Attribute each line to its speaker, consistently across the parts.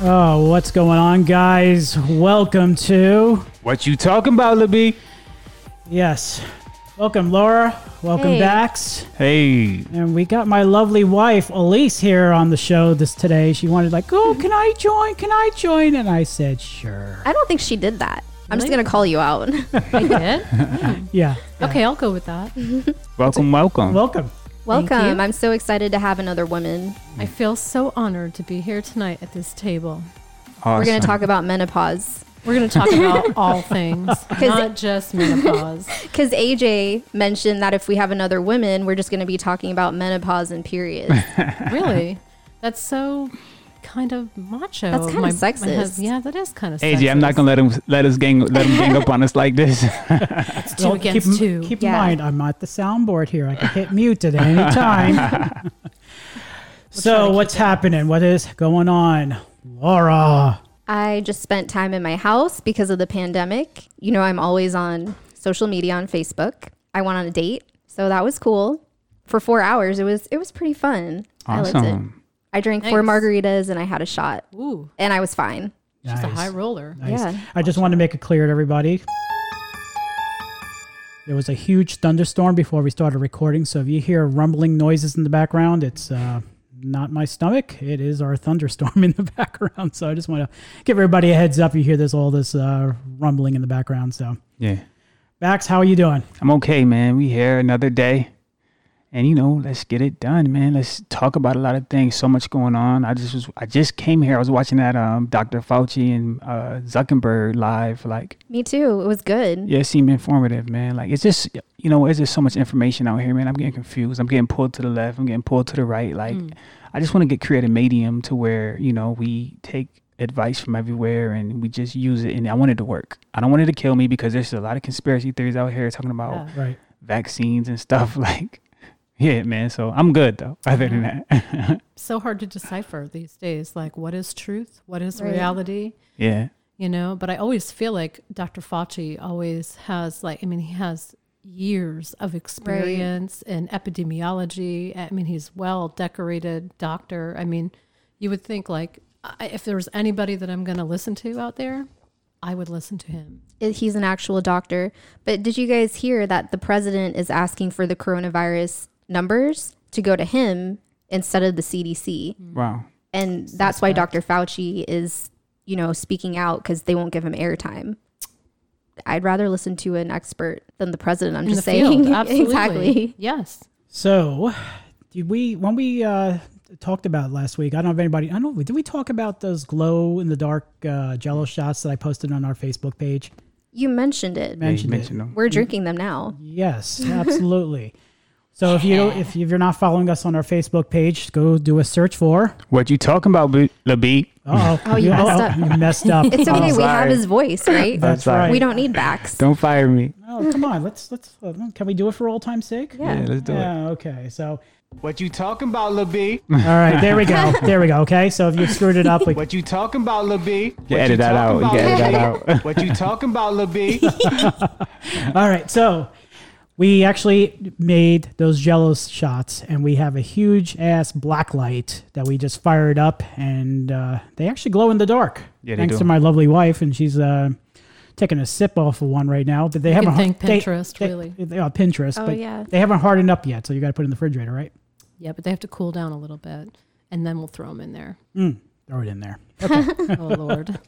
Speaker 1: Oh, what's going on, guys? Welcome to
Speaker 2: What you talking about, LeB?
Speaker 1: yes, welcome Laura, welcome
Speaker 3: Hey.
Speaker 1: Dax,
Speaker 2: Hey,
Speaker 1: and we got my lovely wife Elise here on the show this today. She wanted like, oh,
Speaker 4: Hmm.
Speaker 1: can I join? Can I join? And I said, sure.
Speaker 3: I don't think she did that. I'm just
Speaker 4: Really?
Speaker 3: gonna call you out.
Speaker 4: I did.
Speaker 1: Yeah.
Speaker 4: Okay, I'll go with that.
Speaker 3: Mm-hmm.
Speaker 2: welcome, welcome.
Speaker 1: Welcome.
Speaker 3: Welcome.
Speaker 4: you.
Speaker 3: I'm so excited to have another woman.
Speaker 4: I feel so honored to be here tonight at this table.
Speaker 3: We're
Speaker 2: Awesome.
Speaker 3: gonna talk about menopause
Speaker 4: We're going to talk about all things, not just menopause.
Speaker 3: because AJ mentioned that if we have another woman, we're just gonna be talking about menopause and periods.
Speaker 4: Really? That's so kind of macho.
Speaker 3: That's kinda
Speaker 4: My- my
Speaker 3: sexist.
Speaker 4: hus- yeah, that is kind of sexist.
Speaker 2: AJ, I'm not gonna let him let us gang let him gang up on us like this.
Speaker 4: It's two
Speaker 1: Well,
Speaker 4: against
Speaker 1: keep,
Speaker 4: two.
Speaker 1: Keep
Speaker 3: Yeah.
Speaker 1: in mind, I'm at the soundboard here. I can hit mute at any time. so, what's happening? What is going on, Laura?
Speaker 3: I just spent time in my house because of the pandemic. You know, I'm always on social media on Facebook. I went on a date, so that was cool. For four hours, it was it was pretty fun. I liked it.
Speaker 2: Awesome.
Speaker 3: I drank four
Speaker 4: Nice.
Speaker 3: margaritas and I had a shot,
Speaker 4: Ooh,
Speaker 3: and I was fine.
Speaker 4: she's a high roller.
Speaker 1: Nice.
Speaker 3: Yeah.
Speaker 1: I just want to make it clear to everybody. There was a huge thunderstorm before we started recording, so if you hear rumbling noises in the background, it's uh, not my stomach. It is our thunderstorm in the background. So I just want to give everybody a heads up. You hear this all this uh, rumbling in the background. So,
Speaker 2: Yeah,
Speaker 1: Max, how are you doing?
Speaker 2: I'm okay, man. We here another day, and you know, let's get it done, man. Let's talk about a lot of things. So much going on. I just was I just came here. I was watching that um Dr. Fauci and uh, Zuckerberg live. Like,
Speaker 3: Me too. It was good.
Speaker 2: yeah, it seemed informative, man. Like, it's just you know, it's just so much information out here, man. I'm getting confused. I'm getting pulled to the left. I'm getting pulled to the right. Like.
Speaker 3: Mm.
Speaker 4: Mm,
Speaker 2: I just want to get create a medium to where you know we take advice from everywhere and we just use it. And I want it to work. I don't want it to kill me because there's a lot of conspiracy theories out here talking
Speaker 3: oh.
Speaker 2: about
Speaker 4: Yeah.
Speaker 1: Right.
Speaker 2: vaccines and stuff. Like, yeah, man. So I'm good though. Other than that,
Speaker 4: So hard to decipher these days. Like, what is truth? What is
Speaker 3: Right.
Speaker 4: reality?
Speaker 2: yeah,
Speaker 4: you know but i always feel like dr fauci always has like i mean he has years of experience in epidemiology i mean he's well decorated doctor i mean you would think like I, if there was anybody that i'm going to listen to out there i would listen to him
Speaker 3: it- he's an actual doctor. But did you guys hear that the president is asking for the coronavirus numbers to go to him instead of the CDC?
Speaker 4: Mm.
Speaker 2: wow.
Speaker 3: And that's why Dr. Fauci is, you know, speaking out because they won't give him airtime. I'd rather listen to an expert than the president. I'm
Speaker 4: in
Speaker 3: just
Speaker 4: the field,
Speaker 3: saying.
Speaker 4: absolutely
Speaker 3: exactly.
Speaker 4: yes
Speaker 1: So, did we when we uh, talked about last week? I don't know if anybody. I don't. know, Did we talk about those glow in the dark uh, Jello shots that I posted on our Facebook page?
Speaker 3: You mentioned it.
Speaker 2: Yeah, you
Speaker 1: Mentioned it.
Speaker 2: mentioned them.
Speaker 3: We're drinking them now.
Speaker 1: Yes, absolutely. so if you if you're not following us on our Facebook page, go do a search for.
Speaker 2: What you talking about, B- LaBee?
Speaker 1: Oh,
Speaker 3: Oh, you messed up.
Speaker 1: You messed up.
Speaker 3: It's
Speaker 1: Oh,
Speaker 3: okay. We have
Speaker 2: sorry.
Speaker 3: his voice, right?
Speaker 1: That's
Speaker 2: I'm sorry.
Speaker 1: right.
Speaker 3: We don't need backs.
Speaker 2: Don't fire me.
Speaker 1: Oh, come on. Let's let's. Uh, can we do it for old time's sake?
Speaker 2: Yeah,
Speaker 3: Yeah.
Speaker 2: let's do it.
Speaker 1: Yeah. Okay. So,
Speaker 2: What you talking about, LaBee?
Speaker 1: all right. There we go. There we go. Okay. So if you screwed it up, we
Speaker 2: What you talking about, LaBee?
Speaker 5: You
Speaker 2: What
Speaker 5: edit that
Speaker 2: talking
Speaker 5: out.
Speaker 2: about,
Speaker 5: You edit that
Speaker 2: LaBee? What you talking about, LaBee?
Speaker 1: All right, so we actually made those Jello shots, and we have a huge ass black light that we just fired up, and uh, they actually glow in the dark.
Speaker 2: Yeah, they
Speaker 1: thanks
Speaker 2: do.
Speaker 1: to my lovely wife, and she's uh, taking a sip off of one right now. But they haven't
Speaker 4: can thank
Speaker 1: they-
Speaker 4: Pinterest,
Speaker 1: they-
Speaker 4: really.
Speaker 1: they- uh, Pinterest.
Speaker 3: Oh,
Speaker 1: but
Speaker 3: yeah.
Speaker 1: They haven't hardened up yet, so you got to put it in the refrigerator, right?
Speaker 4: yeah but they have to cool down a little bit and then we'll throw them in there
Speaker 1: Throw it in there.
Speaker 4: oh lord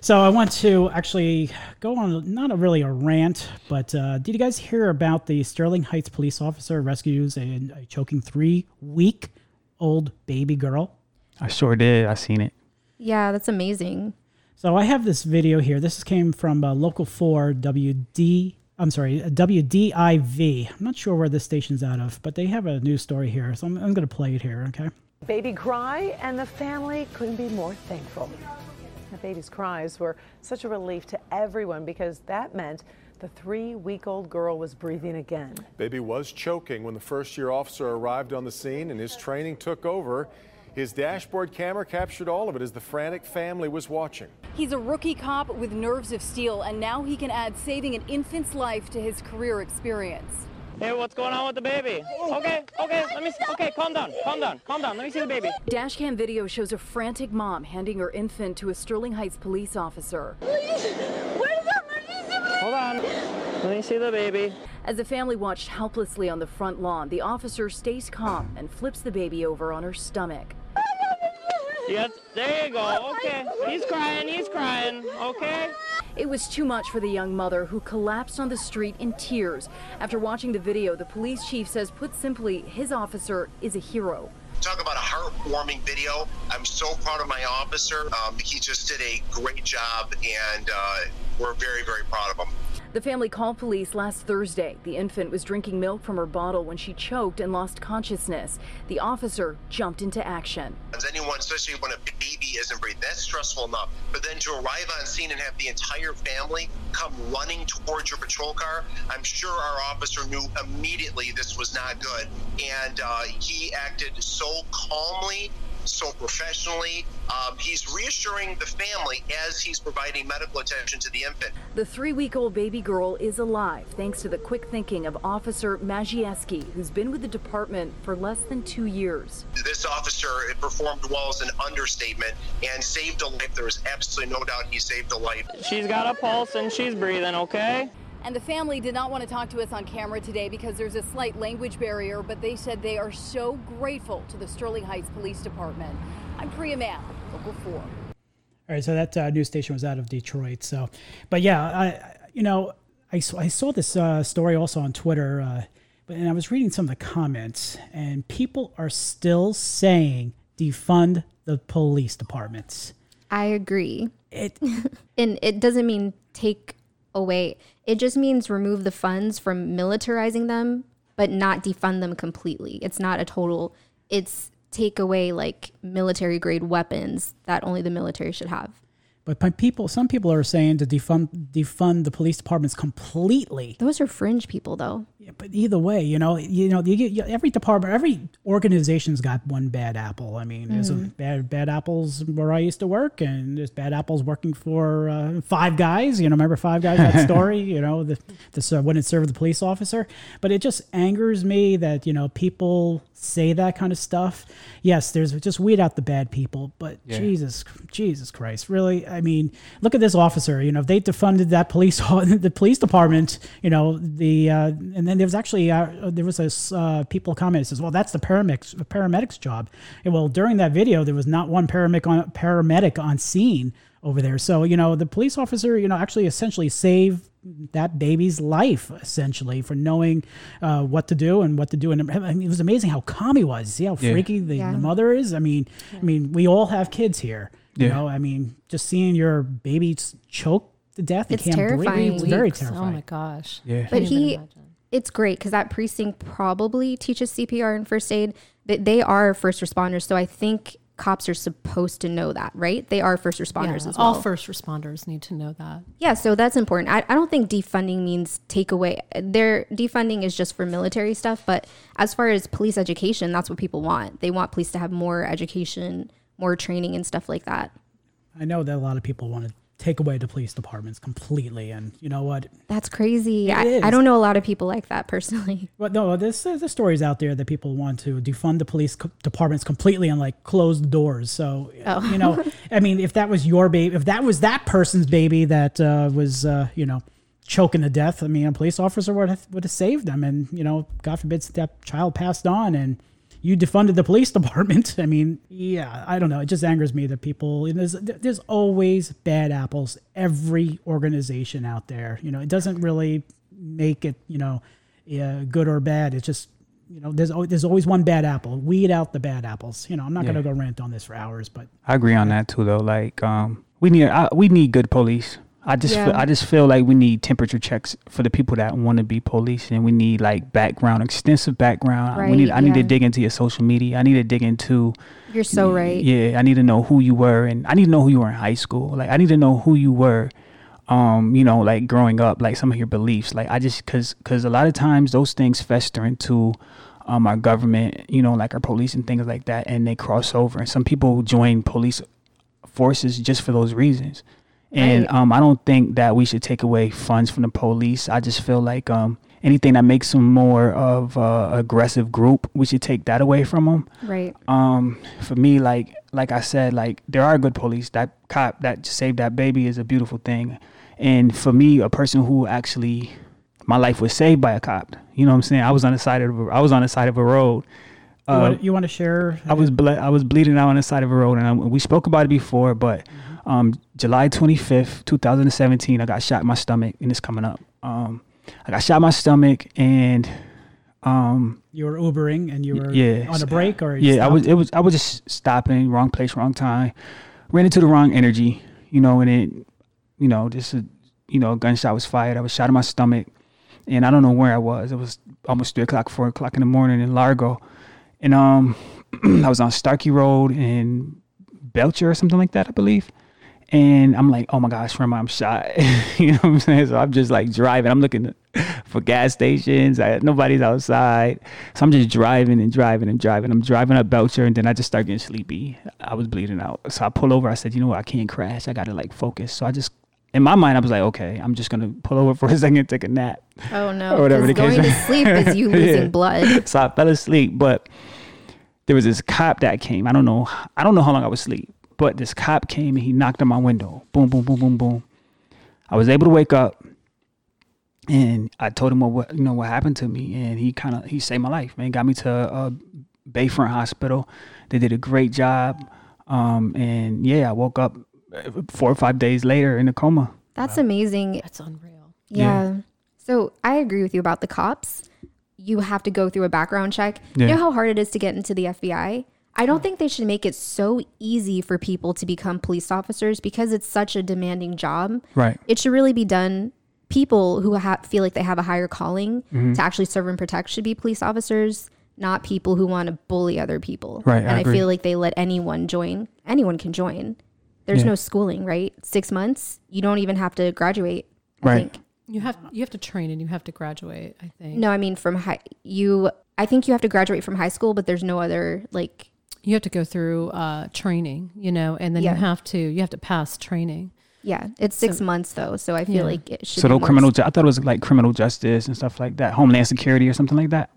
Speaker 1: So I want to actually go on not a really a rant, but uh, did you guys hear about the Sterling Heights police officer rescues a, a choking three week old baby girl?
Speaker 2: I sure did. I seen it.
Speaker 3: Yeah, that's amazing.
Speaker 1: So I have this video here. This came from uh, Local 4 WD. I'm sorry, uh, WDIV. I'm not sure where this station's out of, but they have a news story here. So I'm, I'm going to play it here, okay?
Speaker 6: Baby cry, and the family couldn't be more thankful. The baby's cries were such a relief to everyone because that meant the three week old girl was breathing again.
Speaker 7: Baby was choking when the first year officer arrived on the scene and his training took over. His dashboard camera captured all of it as the frantic family was watching.
Speaker 8: He's a rookie cop with nerves of steel, and now he can add saving an infant's life to his career experience.
Speaker 5: Hey, what's going on with the baby? Okay, okay, let me see. Okay, calm down, calm down, calm down. Let me see the baby.
Speaker 8: Dashcam video shows a frantic mom handing her infant to a Sterling Heights police officer.
Speaker 5: Hold on. Let me see the baby.
Speaker 8: As the family watched helplessly on the front lawn, the officer stays calm and flips the baby over on her stomach.
Speaker 5: Yes, there you go. Okay. He's crying, he's crying. Okay.
Speaker 8: It was too much for the young mother who collapsed on the street in tears. After watching the video, the police chief says, put simply, his officer is a hero.
Speaker 9: Talk about a heartwarming video. I'm so proud of my officer. Um, he just did a great job, and uh, we're very, very proud of him.
Speaker 8: The family called police last Thursday. The infant was drinking milk from her bottle when she choked and lost consciousness. The officer jumped into action.
Speaker 9: As anyone, especially when a baby isn't breathing, that's stressful enough. But then to arrive on scene and have the entire family come running towards your patrol car, I'm sure our officer knew immediately this was not good. And uh, he acted so calmly. So professionally, um, he's reassuring the family as he's providing medical attention to the infant.
Speaker 8: The three week old baby girl is alive thanks to the quick thinking of Officer Magieski, who's been with the department for less than two years.
Speaker 9: This officer performed well as an understatement and saved a life. There is absolutely no doubt he saved a life.
Speaker 5: She's got a pulse and she's breathing, okay?
Speaker 8: And the family did not want to talk to us on camera today because there's a slight language barrier, but they said they are so grateful to the Sterling Heights Police Department. I'm Priya Mann, Local 4.
Speaker 1: All right, so that uh, news station was out of Detroit. So, but yeah, I, you know, I saw, I saw this uh, story also on Twitter, uh, but, and I was reading some of the comments, and people are still saying defund the police departments.
Speaker 3: I agree.
Speaker 1: It
Speaker 3: And it doesn't mean take away, it just means remove the funds from militarizing them, but not defund them completely. It's not a total, it's take away like military grade weapons that only the military should have.
Speaker 1: but pe- people some people are saying to defund defund the police departments completely.
Speaker 3: Those are fringe people though.
Speaker 1: Yeah, but either way, you know, you know, you get, you, every department, every organization's got one bad apple. I mean, there's some bad bad apples where I used to work, and there's bad apples working for uh, Five Guys. You know, remember Five Guys that story? You know, the this uh, wouldn't serve the police officer. But it just angers me that you know people say that kind of stuff. Yes, there's just weed out the bad people, but Jesus, Jesus Christ, really? I mean, look at this officer. You know, if they defunded that police, the police department, you know, the uh, and then there was actually uh, there was a s- uh, people comment that says, well, that's the paramedics paramedics job. And well, during that video, there was not one paramedic on paramedic on scene over there. So you know, the police officer, you know, actually essentially saved that baby's life essentially for knowing uh, what to do and what to do and I mean, it was amazing how calm he was see how freaky the,
Speaker 3: Yeah.
Speaker 1: the mother is i mean i mean we all have kids here you
Speaker 2: Yeah.
Speaker 1: know i mean just seeing your baby s- choke to death and
Speaker 3: It's
Speaker 1: can't breathe
Speaker 3: terrifying.
Speaker 1: it's very
Speaker 4: Weeks. Oh
Speaker 1: terrifying
Speaker 4: my gosh.
Speaker 2: Yeah.
Speaker 3: But
Speaker 4: Can't even
Speaker 3: he,
Speaker 4: imagine.
Speaker 3: it's great because that precinct probably teaches CPR and first aid, but they are first responders. So I think cops are supposed to know that, right? They are first responders
Speaker 4: Yeah,
Speaker 3: as well.
Speaker 4: All first responders need to know that.
Speaker 3: yeah, so that's important. I, I don't think defunding means take away. Their defunding is just for military stuff, but as far as police education, that's what people want. They want police to have more education, more training, and stuff like that.
Speaker 1: i know that a lot of people want to take away the police departments completely and you know what
Speaker 3: That's crazy. I,
Speaker 1: is.
Speaker 3: I don't know a lot of people like that personally.
Speaker 1: Well, no, there's, there's stories out there that people want to defund the police co- departments completely and like close the doors. So, you know, I mean, if that was your baby, if that was that person's baby that uh, was, uh, you know, choking to death, I mean, a police officer would have, would have saved them. And, you know, God forbid that child passed on and you defunded the police department. I mean, yeah, I don't know. It just angers me that people, and there's, there's always bad apples, every organization out there. You know, it doesn't really make it, you know, yeah, good or bad. It's just you know, there's al- there's always one bad apple. Weed out the bad apples. You know, I'm not gonna go rant on this for hours, but
Speaker 2: I agree on that too, though. Like, um, we need I, we need good police. I just
Speaker 3: Yeah.
Speaker 2: feel, I just feel like we need temperature checks for the people that want to be police, and we need like background, extensive background. we need
Speaker 3: Right,
Speaker 2: I need to
Speaker 3: yeah.
Speaker 2: dig into your social media. I need to dig into
Speaker 3: You're so right.
Speaker 2: yeah. I need to know who you were, and I need to know who you were in high school. Like I need to know who you were. Um, you know, like growing up, like some of your beliefs. Like I just cause cause a lot of times those things fester into um our government. You know, like our police and things like that, and they cross over. And some people join police forces just for those reasons. And um, I don't think that we should take away funds from the police. I just feel like um, anything that makes them more of a aggressive group, we should take that away from them.
Speaker 3: Right.
Speaker 2: Um, for me, like like I said, like there are good police. That cop that saved that baby is a beautiful thing, and for me, a person who actually my life was saved by a cop. You know what I'm saying? I was on the side of a, I was on the side of a road.
Speaker 1: You
Speaker 2: Uh,
Speaker 1: wanna- you want to share?
Speaker 2: I was ble- I was bleeding out on the side of a road, and I, we spoke about it before. But um, July 25th, 2017, I got shot in my stomach, and it's coming up. Um, I got shot in my stomach, and um,
Speaker 1: You were uh, Ubering and you were
Speaker 2: yeah,
Speaker 1: on a break, or you
Speaker 2: yeah, I was
Speaker 1: stopped?
Speaker 2: it was I was just stopping, wrong place, wrong time, ran into the wrong energy, you know, and it, you know, just a, you know, a gunshot was fired. I was shot in my stomach, and I don't know where I was. It was almost three o'clock, four o'clock in the morning in Largo, and um, I was on Starkey Road in Belcher or something like that, I believe. And I'm like, oh my gosh, Rema, I'm shot. you know what I'm saying? So I'm just like driving. I'm looking for gas stations. I, nobody's outside. So I'm just driving and driving and driving. I'm driving up Belcher and then I just start getting sleepy. I was bleeding out. So I pull over. I said, you know what? I can't crash. I got to like focus. So I just, in my mind, I was like, okay, I'm just going to pull over for a second and take a nap.
Speaker 3: Oh no.
Speaker 2: Or whatever
Speaker 3: 'cause
Speaker 2: the case
Speaker 3: going to
Speaker 2: may-
Speaker 3: sleep is you
Speaker 2: Yeah.
Speaker 3: losing blood.
Speaker 2: So I fell asleep, but there was this cop that came. I don't know. I don't know how long I was asleep, but this cop came and he knocked on my window. Boom, boom, boom, boom, boom. I was able to wake up, and I told him what, what you know what happened to me, and he kind of he saved my life. Man, got me to uh, Bayfront Hospital. They did a great job, um, and yeah, I woke up uh, four or five days later in a coma.
Speaker 3: That's amazing.
Speaker 4: That's unreal.
Speaker 3: Yeah. So I agree with you about the cops. You have to go through a background check. You
Speaker 2: Yeah.
Speaker 3: know how hard it is to get into the FBI? I don't think they should make it so easy for people to become police officers because it's such a demanding job.
Speaker 2: Right.
Speaker 3: It should really be done. People who ha- feel like they have a higher calling
Speaker 2: Mm-hmm.
Speaker 3: to actually serve and protect should be police officers, not people who want to bully other people.
Speaker 2: Right, I
Speaker 3: And I,
Speaker 2: agree.
Speaker 3: feel like they let anyone join. Anyone can join. There's
Speaker 2: Yeah.
Speaker 3: no schooling, right? Six months. You don't even have to graduate. I
Speaker 2: Right.
Speaker 3: think.
Speaker 4: You have you have to train and you have to graduate. I think
Speaker 3: No, I mean from high. You, I think you have to graduate from high school, but there's no other like.
Speaker 4: you have to go through uh, training, you know, and then
Speaker 3: Yeah.
Speaker 4: you have to you have to pass training.
Speaker 3: Yeah, it's six months though, so I feel
Speaker 4: Yeah.
Speaker 3: like it should.
Speaker 2: So
Speaker 3: be
Speaker 2: the
Speaker 3: more
Speaker 2: criminal, ju- I thought it was like criminal justice and stuff like that, homeland security or something like that.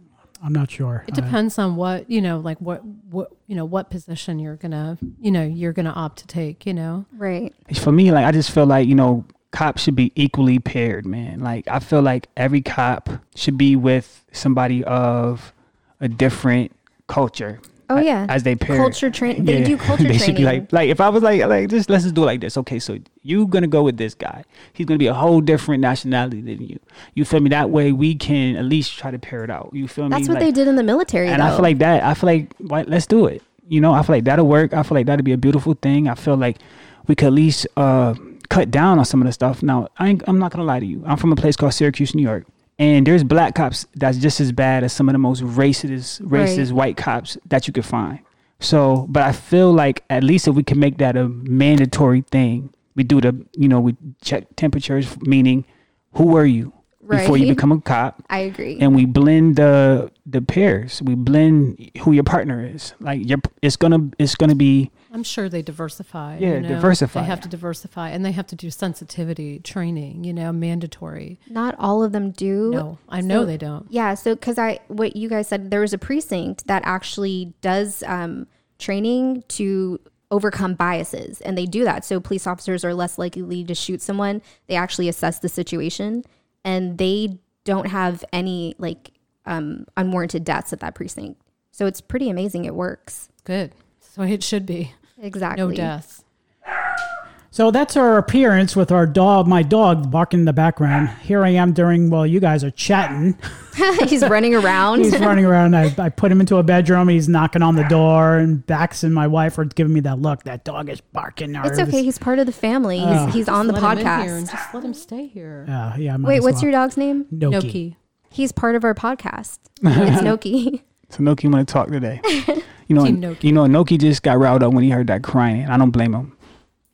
Speaker 1: I'm not sure.
Speaker 4: It
Speaker 1: I-
Speaker 4: depends on what you know, like what what you know what position you're gonna you know you're gonna opt to take. You know,
Speaker 3: right.
Speaker 2: for me, like I just feel like you know, cops should be equally paired, man. Like I feel like every cop should be with somebody of a different culture.
Speaker 3: Oh,
Speaker 2: a-
Speaker 3: yeah.
Speaker 2: as they pair
Speaker 3: Culture train- they do culture
Speaker 2: they should be
Speaker 3: training.
Speaker 2: like, like if I was like, like just let's just do it like this. Okay, so you gonna go with this guy. He's gonna be a whole different nationality than you. You feel me? That way we can at least try to pair it out. You feel me?
Speaker 3: That's what
Speaker 2: Like-
Speaker 3: they did in the military.
Speaker 2: and
Speaker 3: though.
Speaker 2: I feel like that. I feel like why, let's do it. You know, I feel like that'll work. I feel like that'll be a beautiful thing. I feel like we could at least uh, cut down on some of the stuff. Now, I ain't, I'm not gonna lie to you. I'm from a place called Syracuse, New York, and there's black cops that's just as bad as some of the most racist, racist
Speaker 3: Right.
Speaker 2: white cops that you could find. So, but I feel like at least if we can make that a mandatory thing, we do the, you know, we check temperatures, meaning who are you before you
Speaker 3: Right.
Speaker 2: become a cop?
Speaker 3: I agree.
Speaker 2: and we blend the the pairs. We blend who your partner is. Like your it's gonna it's gonna be
Speaker 4: I'm sure they diversify.
Speaker 2: Yeah,
Speaker 4: you know?
Speaker 2: diversify.
Speaker 4: They have to diversify, and they have to do sensitivity training. You know, mandatory.
Speaker 3: Not all of them do.
Speaker 4: No, I know
Speaker 3: So-
Speaker 4: they don't.
Speaker 3: Yeah, so because I what you guys said, there was a precinct that actually does um, training to overcome biases, and they do that. So police officers are less likely to shoot someone. They actually assess the situation, and they don't have any like um, unwarranted deaths at that precinct. So it's pretty amazing. It works
Speaker 4: Good. So it should be
Speaker 3: exactly.
Speaker 4: no deaths.
Speaker 1: So that's our appearance with our dog, my dog barking in the background. Here I am during while you guys are chatting.
Speaker 3: He's running around.
Speaker 1: He's running around. I, I put him into a bedroom. He's knocking on the door and backs in my wife are giving me that look. That dog is barking. or
Speaker 3: it's okay.
Speaker 1: this-
Speaker 3: He's part of the family. He's,
Speaker 1: Ah.
Speaker 3: he's on the
Speaker 4: Let 'em in here and
Speaker 3: podcast.
Speaker 4: just let him stay here.
Speaker 1: Uh, yeah.
Speaker 3: Wait, what's your dog's name?
Speaker 1: your
Speaker 4: No
Speaker 1: Noki?
Speaker 4: key.
Speaker 3: He's part of our podcast. It's Noki.
Speaker 2: so Noki want to talk today. You know,
Speaker 4: Team Noki.
Speaker 2: you know, Noki just got riled up when he heard that crying. I don't blame him.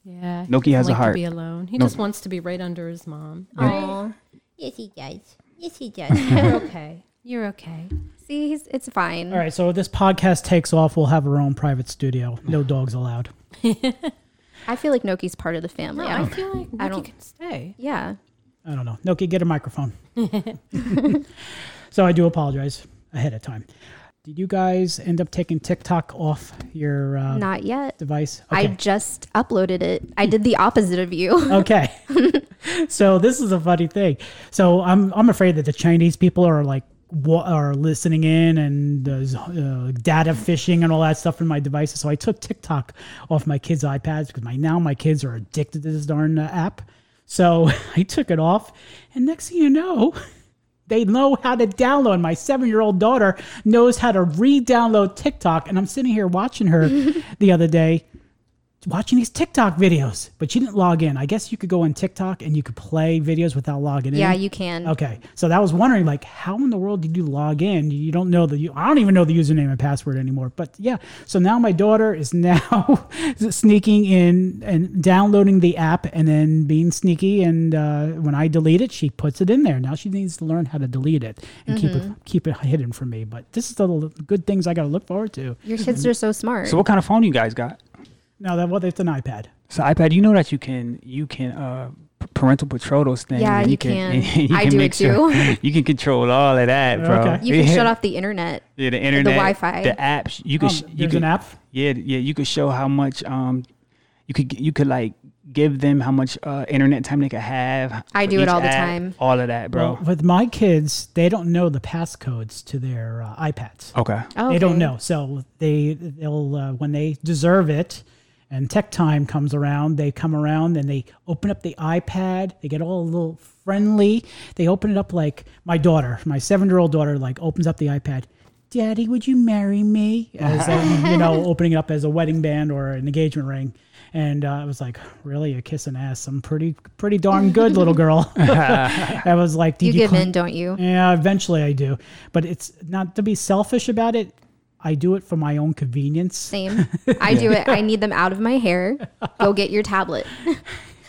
Speaker 4: Yeah.
Speaker 2: Noki
Speaker 4: he doesn't
Speaker 2: has a
Speaker 4: like
Speaker 2: heart.
Speaker 4: To be alone. He
Speaker 2: No-
Speaker 4: just wants to be right under his mom.
Speaker 3: Aw.
Speaker 10: Yes, he does. Yes, he does.
Speaker 4: You're okay. You're okay.
Speaker 3: See, he's, it's fine.
Speaker 1: All right. So if this podcast takes off. We'll have our own private studio. No dogs allowed.
Speaker 3: I feel like Noki's part of the family. I
Speaker 4: I
Speaker 3: don't,
Speaker 4: feel like
Speaker 3: I
Speaker 4: I
Speaker 3: don't-
Speaker 4: can stay.
Speaker 3: yeah.
Speaker 1: I don't know. Noki, get a microphone. so I do apologize ahead of time. Did you guys end up taking TikTok off your uh,
Speaker 3: Not yet.
Speaker 1: device?
Speaker 3: I just uploaded it. I did the opposite of you.
Speaker 1: okay. so this is a funny thing. So I'm I'm afraid that the Chinese people are like wa- are listening in and does uh, data phishing and all that stuff in my devices. So I took TikTok off my kids' iPads because my now my kids are addicted to this darn uh, app. So I took it off, and next thing you know. They know how to download. My seven year old daughter knows how to re download TikTok. And I'm sitting here watching her the other day watching these TikTok videos, but you didn't log in. I guess you could go on TikTok and you could play videos without logging in.
Speaker 3: yeah, you can.
Speaker 1: Okay, so that was wondering like, how in the world did you log in? You don't know the. u- I don't even know the username and password anymore. But yeah, so now my daughter is now sneaking in and downloading the app and then being sneaky. And uh, when I delete it, she puts it in there. Now she needs to learn how to delete it and keep it keep it hidden from me. But this is the l- good things I got to look forward to.
Speaker 3: Your kids are so smart.
Speaker 2: So what kind of phone you guys got?
Speaker 1: Now that well, it's an iPad.
Speaker 2: So iPad, you know that you can you can uh p- parental patrol those things.
Speaker 3: Yeah,
Speaker 2: and
Speaker 3: you can. I do it
Speaker 2: make sure-
Speaker 3: too.
Speaker 2: You can control all of that, bro.
Speaker 1: Okay.
Speaker 3: you can
Speaker 2: Yeah.
Speaker 3: shut off the internet.
Speaker 2: yeah, the internet,
Speaker 3: Wi-Fi.
Speaker 2: the apps. You
Speaker 1: Oh,
Speaker 2: could sh you
Speaker 1: there's
Speaker 2: could
Speaker 1: an app.
Speaker 2: Yeah, yeah, you could show how much um you could you could like give them how much uh internet time they could have.
Speaker 3: I
Speaker 2: for
Speaker 3: do it
Speaker 2: each
Speaker 3: all the
Speaker 2: app,
Speaker 3: time.
Speaker 2: All of that, bro.
Speaker 1: Well, with my kids, they don't know the passcodes to their uh, iPads.
Speaker 2: okay.
Speaker 3: Oh,
Speaker 1: They don't
Speaker 3: okay.
Speaker 1: know, so they they'll uh, when they deserve it, and tech time comes around, they come around and they open up the iPad. They get all a little friendly. They open it up like my daughter, my seven year old daughter, like opens up the iPad. Daddy, would you marry me? As in, you know, opening it up as a wedding band or an engagement ring. And uh, I was like, really, you're kissing ass. I'm pretty, pretty darn good, little girl. I was like, did
Speaker 3: You
Speaker 1: you, Mm.
Speaker 3: give
Speaker 1: clean-
Speaker 3: in, don't you?
Speaker 1: yeah, eventually I do. But it's not to be selfish about it. I do it for my own convenience.
Speaker 3: Same. I do it. I need them out of my hair. Go get your tablet.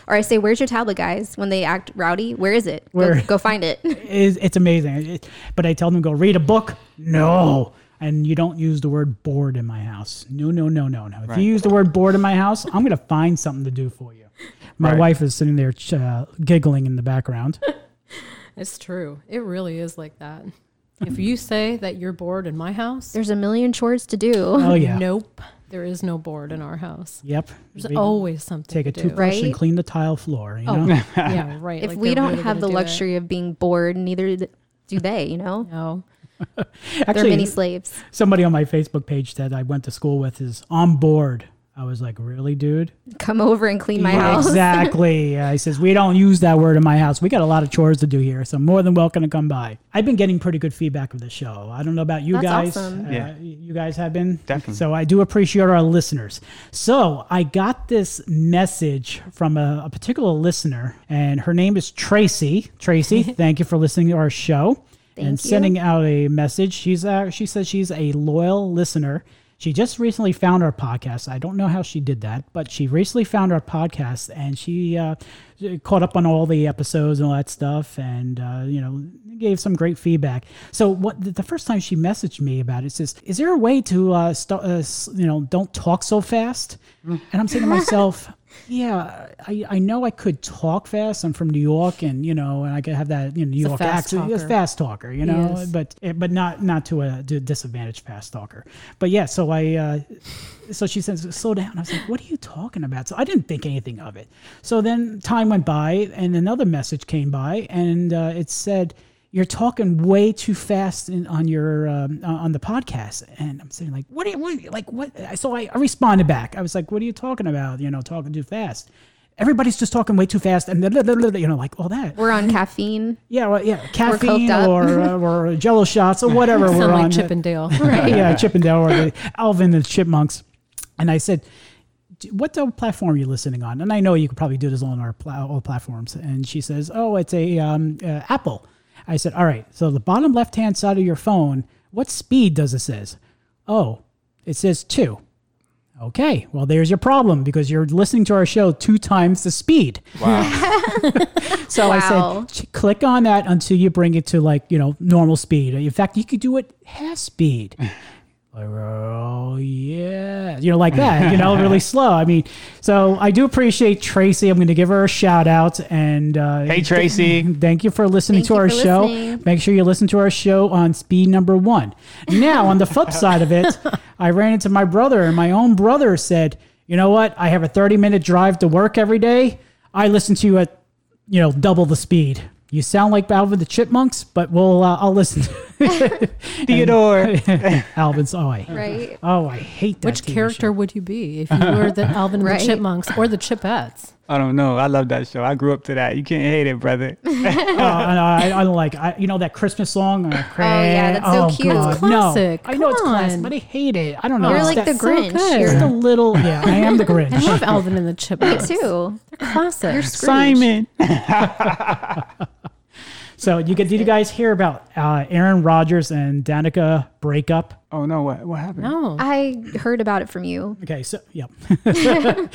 Speaker 3: or I say, "Where's your tablet, guys?" When they act rowdy, where is it?
Speaker 1: Where-
Speaker 3: Go, go find it.
Speaker 1: It's, it's amazing. It- but I tell them, go read a book. No. And you don't use the word bored in my house. No, no, no, no, no. If you use the word bored in my house, I'm going to find something to do for you. My
Speaker 2: Right.
Speaker 1: wife is sitting there ch- uh, giggling in the background.
Speaker 4: It's true. It really is like that. If you say that you're bored in my house,
Speaker 3: There's a million chores to do.
Speaker 1: Oh, yeah.
Speaker 4: nope, there is no board in our house.
Speaker 1: Yep.
Speaker 4: There's
Speaker 1: We
Speaker 4: always something.
Speaker 1: Take a
Speaker 4: to do.
Speaker 1: toothbrush
Speaker 3: Right?
Speaker 1: and clean the tile floor. You
Speaker 4: Oh,
Speaker 1: know?
Speaker 4: yeah, right.
Speaker 3: if
Speaker 4: like
Speaker 3: we
Speaker 4: they're
Speaker 3: don't
Speaker 4: really
Speaker 3: have the
Speaker 4: gonna do it.
Speaker 3: luxury of being bored, neither th- do they. You know,
Speaker 4: no.
Speaker 3: they're mini
Speaker 1: Actually,
Speaker 3: slaves.
Speaker 1: somebody on my Facebook page that I went to school with is on board. I was like, really, dude?
Speaker 3: Come over and clean my
Speaker 1: Yeah,
Speaker 3: house.
Speaker 1: Exactly. Uh, he says, We don't use that word in my house. We got a lot of chores to do here, so more than welcome to come by. I've been getting pretty good feedback of the show. I don't know about you
Speaker 3: That's
Speaker 1: guys.
Speaker 3: awesome.
Speaker 1: Uh,
Speaker 2: Yeah.
Speaker 1: You guys have been?
Speaker 2: Definitely.
Speaker 1: So I do appreciate our listeners. So I got this message from a, a particular listener, and her name is Tracy. Tracy, thank you for listening to our show
Speaker 3: Thank
Speaker 1: and
Speaker 3: you.
Speaker 1: sending out a message. She's uh, she says she's a loyal listener. She just recently found our podcast. I don't know how she did that, but she recently found our podcast and she uh, caught up on all the episodes and all that stuff, and uh, you know gave some great feedback. So what the the first time she messaged me about it says, "Is there a way to uh, st- uh, s- you know don't talk so fast?"
Speaker 4: Mm.
Speaker 1: And I'm saying to myself. Yeah, I, I know I could talk fast. I'm from New York, and you know, and I could have that you know, New
Speaker 4: a
Speaker 1: York
Speaker 4: fast
Speaker 1: accent. Yes,
Speaker 4: talker.
Speaker 1: fast talker, you know,
Speaker 4: is.
Speaker 1: but eh, but not not to a, to a disadvantaged fast talker. But yeah, so I uh, so she says slow down. I was like, what are you talking about? So I didn't think anything of it. So then time went by, and another message came by, and uh, it said. You're talking way too fast in, on your um, uh, on the podcast, and I'm saying like, what? Are you, what are you- like what? So I, I responded back. I was like, what are you talking about? You know, talking too fast. Everybody's just talking way too fast, and you know, like all that.
Speaker 3: We're on caffeine.
Speaker 1: Yeah, well, yeah, caffeine
Speaker 3: up.
Speaker 1: or uh, or Jello shots or whatever we're
Speaker 4: Sound
Speaker 1: on.
Speaker 4: like Chippendale.
Speaker 1: yeah, Chippendale or the Alvin and the Chipmunks. And I said, "D- "What the platform are you listening on?" And I know you could probably do this on our pla- all platforms. And she says, "Oh, it's a um, uh, Apple." I said, "All right, so the bottom left hand side of your phone, what speed does it says?" Oh, it says two. Okay, well, there's your problem because you're listening to our show two times the speed. So
Speaker 3: Wow.
Speaker 1: I said, "Ch- click on that until you bring it to like, you know, normal speed. In fact, you could do it half speed. Like, oh yeah, you know, like that, you know, really slow. I mean, so I do appreciate Tracy. I'm going to give her a shout out. And uh,
Speaker 2: Hey, Tracy.
Speaker 1: th- thank you for listening
Speaker 3: Thank
Speaker 1: to
Speaker 3: you
Speaker 1: our
Speaker 3: for
Speaker 1: show.
Speaker 3: listening.
Speaker 1: Make sure you listen to our show on speed number one. Now, on the flip side of it, I ran into my brother, and my own brother said, "You know what? I have a 30 minute drive to work every day. I listen to you at, you know, double the speed." You sound like Alvin the Chipmunks, but we'll uh, I'll listen.
Speaker 2: Theodore.
Speaker 1: Alvin's oh, I
Speaker 3: Right.
Speaker 1: Oh, I hate that.
Speaker 4: Which
Speaker 1: TV
Speaker 4: character
Speaker 1: show.
Speaker 4: would you be if you were the Alvin and
Speaker 3: Right.
Speaker 4: the Chipmunks or the Chipettes?
Speaker 2: I don't know. I love that show. I grew up to that. You can't hate it, brother.
Speaker 1: Uh, and I, I don't like. I, you know that Christmas song. Uh, oh
Speaker 3: yeah, that's so cute.
Speaker 1: God,
Speaker 3: It's
Speaker 4: classic.
Speaker 1: No, I know it's
Speaker 4: Come
Speaker 1: classic,
Speaker 4: on.
Speaker 1: but I hate it. I don't know.
Speaker 3: You're
Speaker 1: It's
Speaker 3: like
Speaker 1: that-
Speaker 3: the
Speaker 4: so
Speaker 3: Grinch.
Speaker 4: good.
Speaker 1: It's
Speaker 3: You're
Speaker 1: the little. Yeah, I am the
Speaker 4: I
Speaker 1: Grinch.
Speaker 4: love Alvin and the Chipmunks.
Speaker 3: too.
Speaker 4: Classic.
Speaker 3: You're
Speaker 2: Simon.
Speaker 1: so you get? Did you guys hear about uh, Aaron Rodgers and Danica breakup?
Speaker 2: Oh no, what what happened?
Speaker 4: No.
Speaker 3: I heard about it from you.
Speaker 1: Okay, so yep,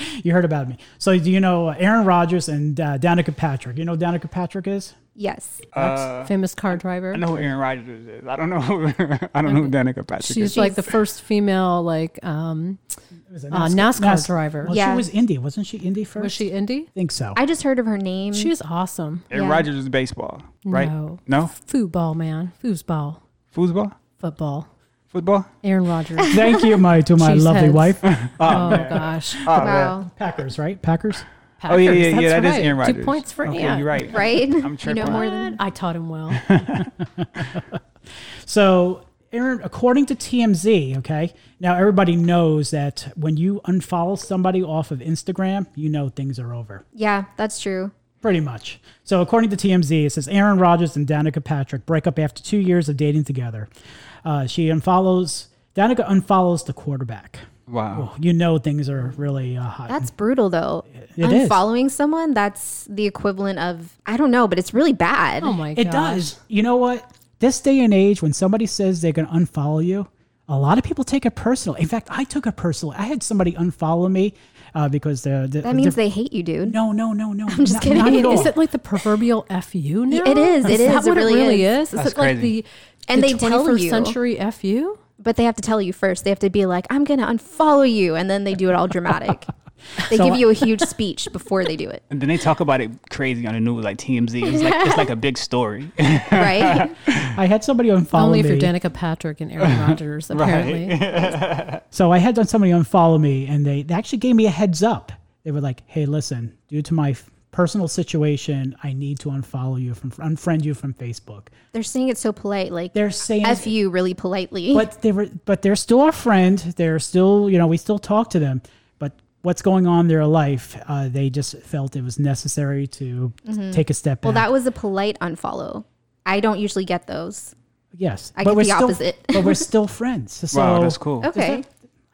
Speaker 1: you heard about me. So do you know Aaron Rodgers and uh, Danica Patrick? You know who Danica Patrick is?
Speaker 3: Yes.
Speaker 4: Famous car driver.
Speaker 2: I know who Aaron Rodgers is. I don't know. Who, I don't know who Danica Patrick
Speaker 4: She's
Speaker 2: is.
Speaker 4: like the first female, like, um,
Speaker 1: Was it
Speaker 4: Uh, NASCAR driver.
Speaker 1: Well,
Speaker 3: Yeah.
Speaker 1: she was Indy, wasn't she? Indy first.
Speaker 4: was she Indy?
Speaker 1: I think so.
Speaker 3: I just heard of her name.
Speaker 4: She's awesome.
Speaker 2: Aaron
Speaker 3: yeah.
Speaker 2: Rodgers is baseball, Mm-hmm. right?
Speaker 4: No.
Speaker 2: No.
Speaker 4: Football, man. Foosball.
Speaker 2: Foosball.
Speaker 4: Football.
Speaker 2: Football.
Speaker 4: Aaron Rodgers.
Speaker 1: Thank you, my to my
Speaker 4: Cheese
Speaker 1: lovely
Speaker 4: heads.
Speaker 1: wife.
Speaker 4: oh, gosh.
Speaker 3: wow.
Speaker 1: Packers, right? Packers.
Speaker 2: Oh yeah,
Speaker 4: Packers,
Speaker 2: yeah, yeah.
Speaker 4: that's
Speaker 2: That is
Speaker 4: right.
Speaker 2: Aaron Rodgers.
Speaker 4: Two points for
Speaker 2: okay,
Speaker 4: Aaron.
Speaker 2: You're right.
Speaker 3: Right?
Speaker 2: I'm
Speaker 3: you know
Speaker 2: tripping.
Speaker 3: more than
Speaker 4: I taught him well.
Speaker 1: So, Aaron, according to TMZ, okay, now everybody knows that when you unfollow somebody off of Instagram, you know things are over.
Speaker 3: Yeah, that's true.
Speaker 1: Pretty much. So, according to TMZ, it says Aaron Rodgers and Danica Patrick break up after two years of dating together. Uh, she unfollows, Danica unfollows the quarterback. Oh,
Speaker 2: Wow.
Speaker 1: You know things are really uh, hot.
Speaker 3: That's brutal though.
Speaker 1: It is.
Speaker 3: Unfollowing someone, that's the equivalent of I don't know, but it's really bad.
Speaker 4: Oh, my
Speaker 1: it
Speaker 4: gosh.
Speaker 1: does. You know what? This day and age, when somebody says they're going to unfollow you, a lot of people take it personal. In fact, I took it personal. I had somebody unfollow me uh, because they're, they
Speaker 3: That means they hate you, dude.
Speaker 1: No, no, no, no. I'm
Speaker 3: just
Speaker 1: not,
Speaker 3: kidding.
Speaker 1: Not at all.
Speaker 4: Is it like the proverbial FU now?
Speaker 3: it is, it is,
Speaker 4: that
Speaker 3: it
Speaker 4: what
Speaker 3: really
Speaker 4: it really
Speaker 3: is.
Speaker 4: is?
Speaker 2: That's
Speaker 4: is it like
Speaker 2: crazy.
Speaker 4: the,
Speaker 3: And
Speaker 4: the
Speaker 3: they tell
Speaker 4: 21st
Speaker 3: you.
Speaker 4: century FU?
Speaker 3: But they have to tell you first. They have to be like, I'm gonna unfollow you and then they do it all dramatic. they give you a huge speech before they do it.
Speaker 2: And then they talk about it crazy on the news, like TMZ. It's like it's like a big story.
Speaker 3: Right?
Speaker 1: I had somebody unfollow
Speaker 4: Only if
Speaker 1: me.
Speaker 4: you're Danica Patrick and Aaron Rodgers, apparently.
Speaker 1: So I had done somebody unfollow me, and they, they actually gave me a heads up. They were like, "Hey, listen, due to my f- personal situation, I need to unfollow you from unfriend you from Facebook."
Speaker 3: They're saying it so polite, like
Speaker 1: They're saying
Speaker 3: F you really politely.
Speaker 1: but they were but they're still our friend they're still you know we still talk to them but what's going on in their life uh, they just felt it was necessary to take a step
Speaker 3: Mm-hmm. Well,
Speaker 1: back
Speaker 3: that was a polite unfollow. I don't usually get those.
Speaker 1: yes
Speaker 3: I get the
Speaker 1: still,
Speaker 3: opposite.
Speaker 1: but we're still friends so
Speaker 2: Wow, that's cool.
Speaker 3: Okay.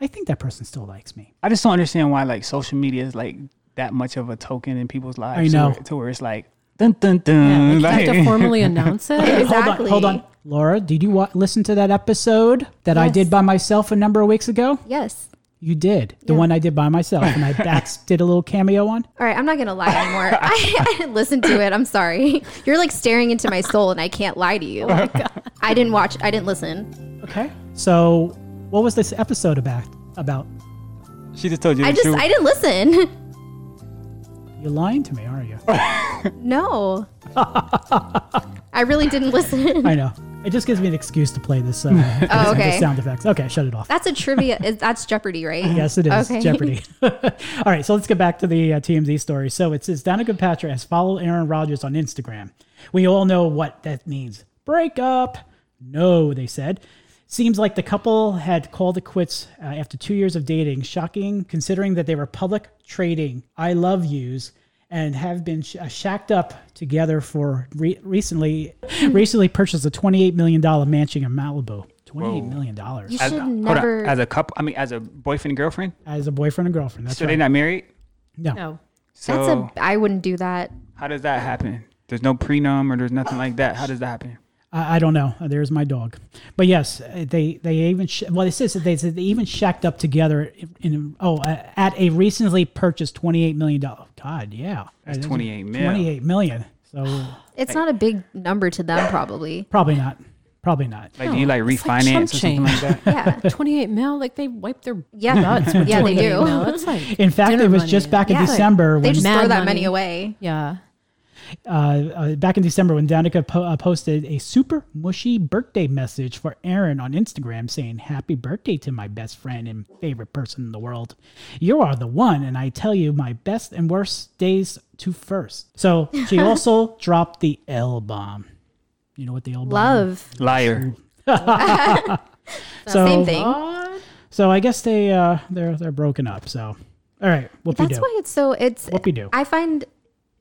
Speaker 1: i think that person still likes me
Speaker 2: I just don't understand why like social media is like that much of a token in people's lives.
Speaker 1: I
Speaker 2: to
Speaker 1: know.
Speaker 2: where- To where, it's like dun dun
Speaker 1: Mm,
Speaker 4: Yeah,
Speaker 2: dun.
Speaker 4: like,
Speaker 2: like,
Speaker 4: you have to formally announce it.
Speaker 3: Exactly.
Speaker 1: hold on hold on laura did you wa- listen to that episode that i
Speaker 3: Yes.
Speaker 1: did by myself a number of weeks ago
Speaker 3: Yes.
Speaker 1: you did the one i did by myself and i back did a little cameo on
Speaker 3: All right, I'm not gonna lie anymore. I, I listened to it. I'm sorry. You're like staring into my soul, and I can't lie to
Speaker 1: Oh
Speaker 3: you. I didn't watch. I didn't listen.
Speaker 1: okay so what was this episode about about
Speaker 2: she just told you the
Speaker 3: I just.
Speaker 2: truth.
Speaker 3: I didn't listen.
Speaker 1: you're lying to me aren't you
Speaker 3: No. I really didn't listen.
Speaker 1: I know. It just gives me an excuse to play this. Uh,
Speaker 3: Oh,
Speaker 1: the
Speaker 3: okay.
Speaker 1: sound effects. Okay, shut it off.
Speaker 3: That's a trivia. is- That's Jeopardy, right?
Speaker 1: Yes, it is
Speaker 3: Okay.
Speaker 1: Jeopardy. All right, so let's get back to the uh, TMZ story. So it says Danica Patrick has followed Aaron Rodgers on Instagram. We all know what that means. Break up. No, they said. Seems like the couple had called it quits uh, after two years of dating. Shocking, considering that they were public trading I love yous and have been sh- uh, shacked up together for re- recently. recently purchased a twenty-eight million dollar mansion in Malibu. Twenty-eight million dollars
Speaker 3: You
Speaker 2: As-
Speaker 3: should
Speaker 2: hold on.
Speaker 3: never.
Speaker 2: as a couple. I mean, as a boyfriend and girlfriend.
Speaker 1: as a boyfriend and girlfriend. That's
Speaker 2: so they're
Speaker 1: right.
Speaker 2: not married.
Speaker 4: No.
Speaker 3: that's
Speaker 2: So
Speaker 3: a. I wouldn't do that.
Speaker 2: how does that happen? There's no prenum or there's nothing like that. How does that happen?
Speaker 1: I, I don't know. There's my dog. But yes, uh, they they even sh- well, it says that they said they even shacked up together in, in oh uh, at a recently purchased twenty eight million dollar. God, yeah,
Speaker 2: That's
Speaker 1: Uh,
Speaker 2: 28 mil.
Speaker 1: Twenty eight million. So
Speaker 3: It's not a big number to them, probably.
Speaker 1: probably not. Probably not.
Speaker 2: Like, do you like refinance or something like that?
Speaker 3: Yeah.
Speaker 4: 28 mil, like they wipe their
Speaker 3: Yeah.
Speaker 4: butts with
Speaker 3: Yeah, they
Speaker 4: 28
Speaker 3: do.
Speaker 4: mil. It's like
Speaker 1: In fact,
Speaker 4: dinner
Speaker 1: it was
Speaker 4: money.
Speaker 1: just back in
Speaker 3: Yeah, like,
Speaker 1: December
Speaker 3: They
Speaker 1: when
Speaker 3: just
Speaker 4: Mad
Speaker 3: throw that
Speaker 4: money.
Speaker 3: money away.
Speaker 4: Yeah.
Speaker 1: uh, uh, back in December when Danica po- uh, posted a super mushy birthday message for Aaron on Instagram saying happy birthday to my best friend and favorite person in the world. You are the one and I tell you my best and worst days to first. So she also dropped the L bomb. You know what the L bomb
Speaker 3: Love.
Speaker 2: Liar.
Speaker 1: So,
Speaker 3: Same thing.
Speaker 1: So I guess they uh they're they're broken up. So all right, whoopie
Speaker 3: That's
Speaker 1: do.
Speaker 3: why it's so it's
Speaker 1: Whoopee do.
Speaker 3: I find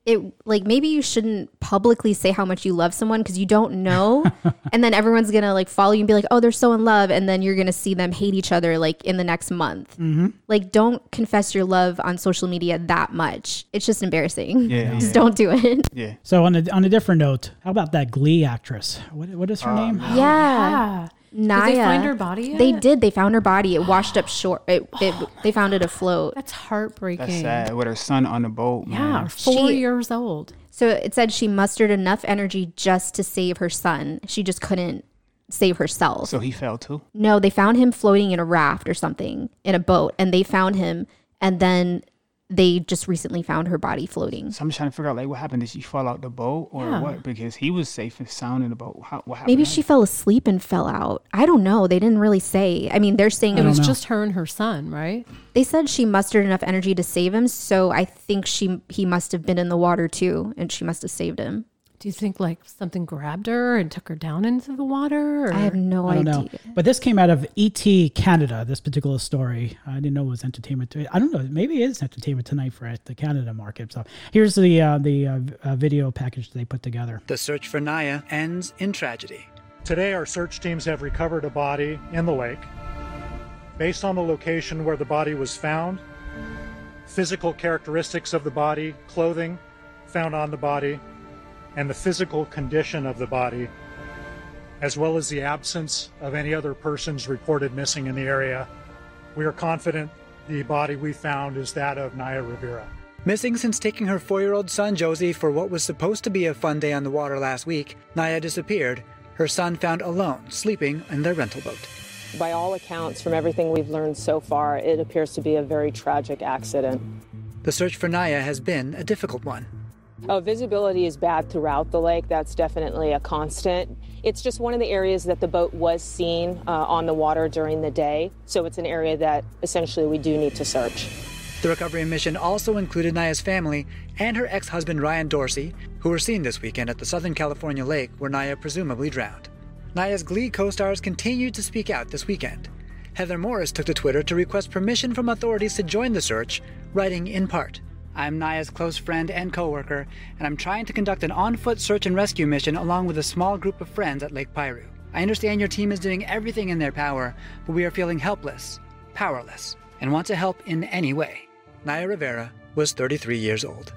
Speaker 3: it like maybe you shouldn't publicly say how much you love someone because you don't know, and then everyone's gonna like follow you and be like, oh, they're so in love, and then you're gonna see them hate each other like in the next month.
Speaker 1: Mm-hmm.
Speaker 3: Like, don't confess your love on social media that much. It's just embarrassing.
Speaker 2: Yeah.
Speaker 3: just don't do it.
Speaker 2: Yeah.
Speaker 1: so on a on a different note, how about that Glee actress? What what is her name?
Speaker 3: yeah.
Speaker 4: Ah.
Speaker 3: Naya.
Speaker 4: Did they find her body yet?
Speaker 3: They did. They found her body. It washed up short. It, it, they found it afloat.
Speaker 4: That's heartbreaking.
Speaker 2: That's sad. With her son on the boat.
Speaker 4: Yeah,
Speaker 2: Man.
Speaker 4: four
Speaker 3: She-
Speaker 4: years old.
Speaker 3: So it said she mustered enough energy just to save her son. She just couldn't save herself.
Speaker 2: So he fell too.
Speaker 3: no, they found him floating in a raft or something in a boat, and they found him, and then they just recently found her body floating.
Speaker 2: So I'm trying to figure out like what happened. Did she fall out the boat or what? Because he was safe and sound in the boat. How, what happened?
Speaker 3: Maybe she fell asleep and fell out. I don't know. They didn't really say. I mean, they're saying
Speaker 4: It was
Speaker 1: know.
Speaker 4: just her and her son, right?
Speaker 3: they said she mustered enough energy to save him. So I think she he must have been in the water too, and she must have saved him.
Speaker 4: Do you think like something grabbed her and took her down into the water? Or?
Speaker 3: I have no
Speaker 1: I don't
Speaker 3: idea.
Speaker 1: know. But this came out of ET Canada, this particular story. I didn't know it was entertainment. to- I don't know. Maybe it is entertainment tonight for at the Canada market. So here's the uh, the uh, v- uh, video package they put together.
Speaker 11: The search for Naya ends in tragedy.
Speaker 12: Today, our search teams have recovered a body in the lake. Based on the location where the body was found, physical characteristics of the body, clothing found on the body, and the physical condition of the body, as well as the absence of any other persons reported missing in the area, we are confident the body we found is that of Naya Rivera.
Speaker 11: Missing since taking her four year old son Josie for what was supposed to be a fun day on the water last week, Naya disappeared, her son found alone, sleeping in their rental boat.
Speaker 13: By all accounts, from everything we've learned so far, it appears to be a very tragic accident.
Speaker 11: The search for Naya has been a difficult one.
Speaker 13: Uh, visibility is bad throughout the lake. That's definitely a constant. It's just one of the areas that the boat was seen uh, on the water during the day. So it's an area that essentially we do need to search.
Speaker 11: The recovery mission also included Naya's family and her ex husband Ryan Dorsey, who were seen this weekend at the Southern California lake where Naya presumably drowned. Naya's Glee co stars continued to speak out this weekend. Heather Morris took to Twitter to request permission from authorities to join the search, writing in part I'm Naya's close friend and co worker, and I'm trying to conduct an on foot search and rescue mission along with a small group of friends at Lake Piru. I understand your team is doing everything in their power, but we are feeling helpless, powerless, and want to help in any way. Naya Rivera was 33 years old.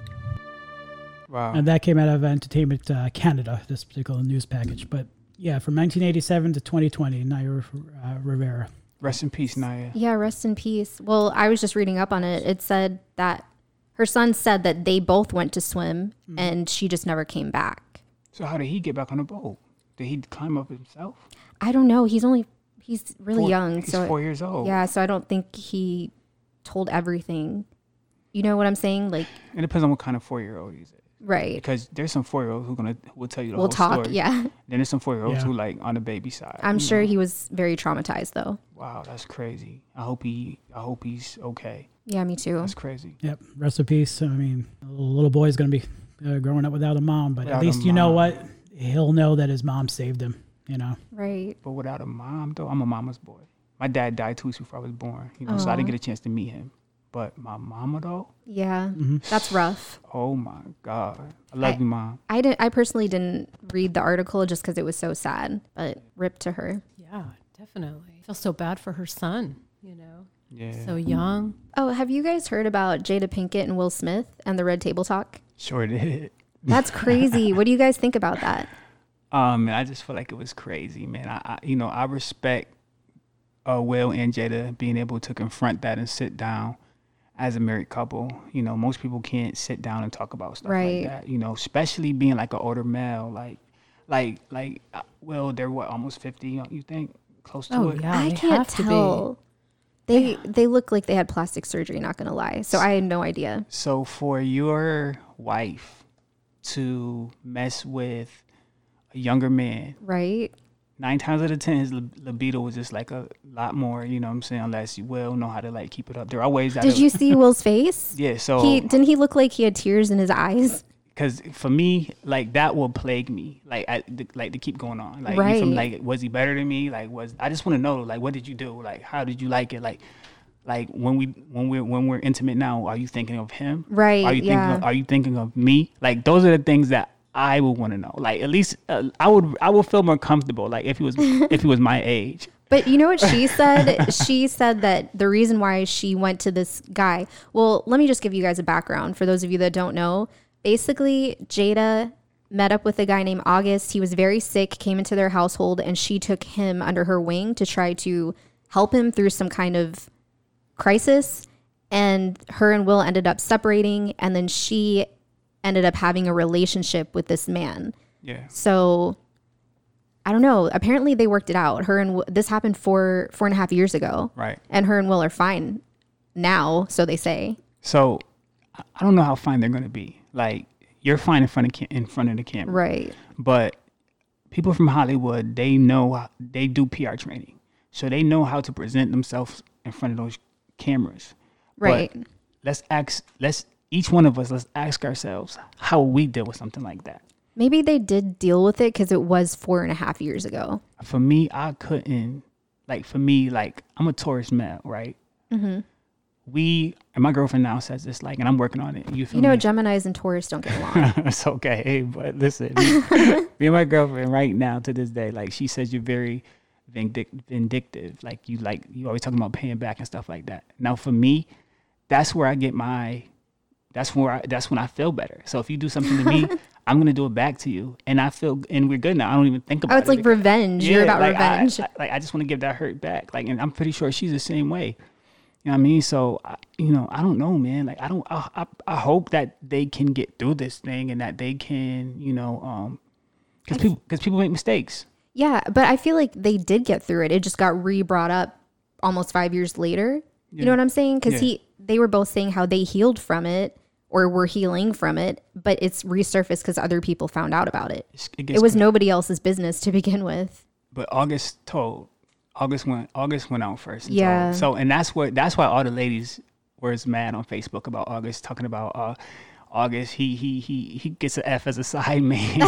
Speaker 2: Wow.
Speaker 1: And that came out of Entertainment uh, Canada, this particular news package. But yeah, from 1987 to 2020, Naya uh, Rivera.
Speaker 2: Rest in peace, Naya.
Speaker 3: Yeah, rest in peace. Well, I was just reading up on it. It said that her son said that they both went to swim
Speaker 2: Mm.
Speaker 3: and she just never came back.
Speaker 2: So how did he get back on the boat? Did he climb up himself?
Speaker 3: I don't know. He's only he's really
Speaker 2: Four-
Speaker 3: young.
Speaker 2: he's
Speaker 3: so
Speaker 2: four years old.
Speaker 3: Yeah, so I don't think he told everything. You know what I'm saying? Like
Speaker 2: It depends on what kind of four year old he's.
Speaker 3: right.
Speaker 2: Because there's some four year olds who gonna who will tell you the
Speaker 3: We'll
Speaker 2: whole
Speaker 3: talk.
Speaker 2: story. Mm.
Speaker 3: Yeah.
Speaker 2: Then there's some four year olds
Speaker 1: Yeah.
Speaker 2: who like on the baby side.
Speaker 3: I'm
Speaker 2: you
Speaker 3: sure
Speaker 2: know?
Speaker 3: he was very traumatized though.
Speaker 2: Wow, that's crazy. I hope he. I hope he's okay.
Speaker 3: Yeah, me too.
Speaker 2: That's crazy.
Speaker 1: Yep, rest in peace. I mean, a little boy is going to be uh, growing up without a mom, but
Speaker 2: Without
Speaker 1: at
Speaker 2: a
Speaker 1: least you know
Speaker 2: mom.
Speaker 1: what? He'll know that his mom saved him, you know?
Speaker 3: Right.
Speaker 2: But without a mom, though, I'm a mama's boy. My dad died two weeks before I was born. You know, so I didn't get a chance to meet him. But my mama, though,
Speaker 3: Yeah.
Speaker 2: Mm-hmm.
Speaker 3: That's rough.
Speaker 2: oh my god, I love
Speaker 3: I-
Speaker 2: you, mom.
Speaker 3: I didn't. I personally didn't read the article just because it was so sad. But rip to her.
Speaker 4: Yeah, definitely. I feel so bad for her son, you know,
Speaker 2: Yeah,
Speaker 4: so young.
Speaker 3: Oh, have you guys heard about Jada Pinkett and Will Smith and the Red Table Talk?
Speaker 2: sure did.
Speaker 3: That's crazy. what do you guys think about that?
Speaker 2: Um, and I just feel like it was crazy, man. I, I you know, I respect uh, Will and Jada being able to confront that and sit down as a married couple. You know, most people can't sit down and talk about stuff
Speaker 3: Right.
Speaker 2: like that. You know, especially being like an older male. Like, Like, like, uh, well, they're what almost fifty. You think close to
Speaker 3: Oh,
Speaker 2: it?
Speaker 3: yeah, I they can't have to be. tell. They they look like they had plastic surgery. Not gonna lie, so I had no idea.
Speaker 2: So for your wife to mess with a younger man,
Speaker 3: Right?
Speaker 2: nine times out of ten his lib- libido was just like a lot more. You know what I'm saying? Unless you will know how to like keep it up. There are ways. out
Speaker 3: Did
Speaker 2: of-
Speaker 3: you see Will's face?
Speaker 2: Yeah, so-
Speaker 3: he didn't he look like he had tears in his eyes.
Speaker 2: because for me, like that will plague me. Like I th- like to keep going on. Like you from
Speaker 3: Right.
Speaker 2: like was he better than me? Like was I just want to know like what did you do? Like how did you like it? Like like when we when we are when we're intimate now, are you thinking of him?
Speaker 3: Right,
Speaker 2: Are you
Speaker 3: yeah.
Speaker 2: thinking of, are you thinking of me? Like those are the things that I would want to know. Like at least uh, I would I would feel more comfortable. Like if he was if he was my age.
Speaker 3: But you know what she said? she said that the reason why she went to this guy. Well, let me just give you guys a background for those of you that don't know. Basically, Jada met up with a guy named August. He was very sick, came into their household, and she took him under her wing to try to help him through some kind of crisis. And her and Will ended up separating, and then she ended up having a relationship with this man.
Speaker 2: Yeah.
Speaker 3: So I don't know. Apparently, they worked it out. Her and Wi- this happened four four and a half years ago,
Speaker 2: Right.
Speaker 3: and her and Will are fine now, so they say.
Speaker 2: So I I don't know how fine they're going to be. Like you're fine in front of ca- in front of the camera,
Speaker 3: Right.
Speaker 2: But people from Hollywood, they know they do PR training, so they know how to present themselves in front of those cameras. But
Speaker 3: Right.
Speaker 2: let's ask. Let's each one of us. Let's ask ourselves how we deal with something like that.
Speaker 3: Maybe they did deal with it because it was four and a half years ago.
Speaker 2: For me, I couldn't. Like for me, like I'm a Taurus male, right?
Speaker 3: Mhm.
Speaker 2: We and my girlfriend now says this, like, and I'm working on it. You feel
Speaker 3: You know,
Speaker 2: me?
Speaker 3: Gemini's and Taurus don't get along.
Speaker 2: it's okay, but listen, me and my girlfriend right now to this day, like she says, you're very vindic- vindictive. Like you like you always talking about paying back and stuff like that. Now for me, that's where I get my. That's where I, that's when I feel better. So if you do something to me, I'm gonna do it back to you, and I feel and we're good now. I don't even think about
Speaker 3: Oh,
Speaker 2: it.
Speaker 3: it's like
Speaker 2: because-
Speaker 3: revenge. You're about
Speaker 2: like, I-
Speaker 3: revenge.
Speaker 2: I, like I just want to give that hurt back. Like, and I'm pretty sure she's the same way. You know what I mean? So, I, you know, I don't know, man. Like, I don't. I, I I hope that they can get through this thing and that they can, you know, um, because people because people make mistakes.
Speaker 3: Yeah, but I feel like they did get through it. It just got re brought up almost five years later. You
Speaker 2: Yeah.
Speaker 3: know what I'm saying? Because
Speaker 2: Yeah.
Speaker 3: he, they were both saying how they healed from it or were healing from it, but it's resurfaced because other people found out about it.
Speaker 2: it
Speaker 3: It,
Speaker 2: gets
Speaker 3: was
Speaker 2: con-
Speaker 3: nobody else's business to begin with.
Speaker 2: But August told August went August went out first. and
Speaker 3: Yeah.
Speaker 2: told. So and that's what that's why all the ladies were as mad on Facebook about August talking about uh August he he he he gets an F as a side man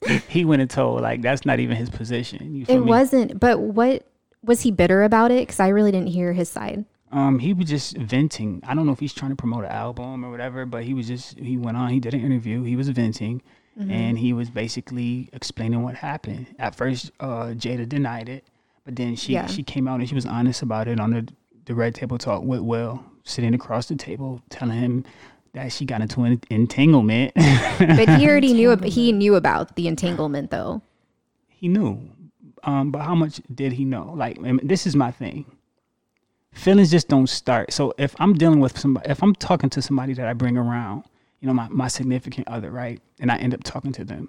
Speaker 2: because he went and told like that's not even his position. You feel
Speaker 3: It
Speaker 2: me?
Speaker 3: wasn't. But what was he bitter about it? Because I really didn't hear his side.
Speaker 2: Um, he was just venting. I don't know if he's trying to promote an album or whatever, but he was just he went on. He did an interview. He was venting,
Speaker 14: Mhm.
Speaker 2: and he was basically explaining what happened. At first, uh, Jada denied it, but then she
Speaker 14: Yeah.
Speaker 2: she came out and she was honest about it on the the red table talk with Will sitting across the table, telling him that she got into an entanglement.
Speaker 3: But he already knew. ab- He knew about the entanglement, though.
Speaker 2: he knew. Um, but how much did he know? Like, and this is my thing. Feelings just don't start. So if I'm dealing with somebody, if I'm talking to somebody that I bring around, you know, my, my significant other, right? And I end up talking to them.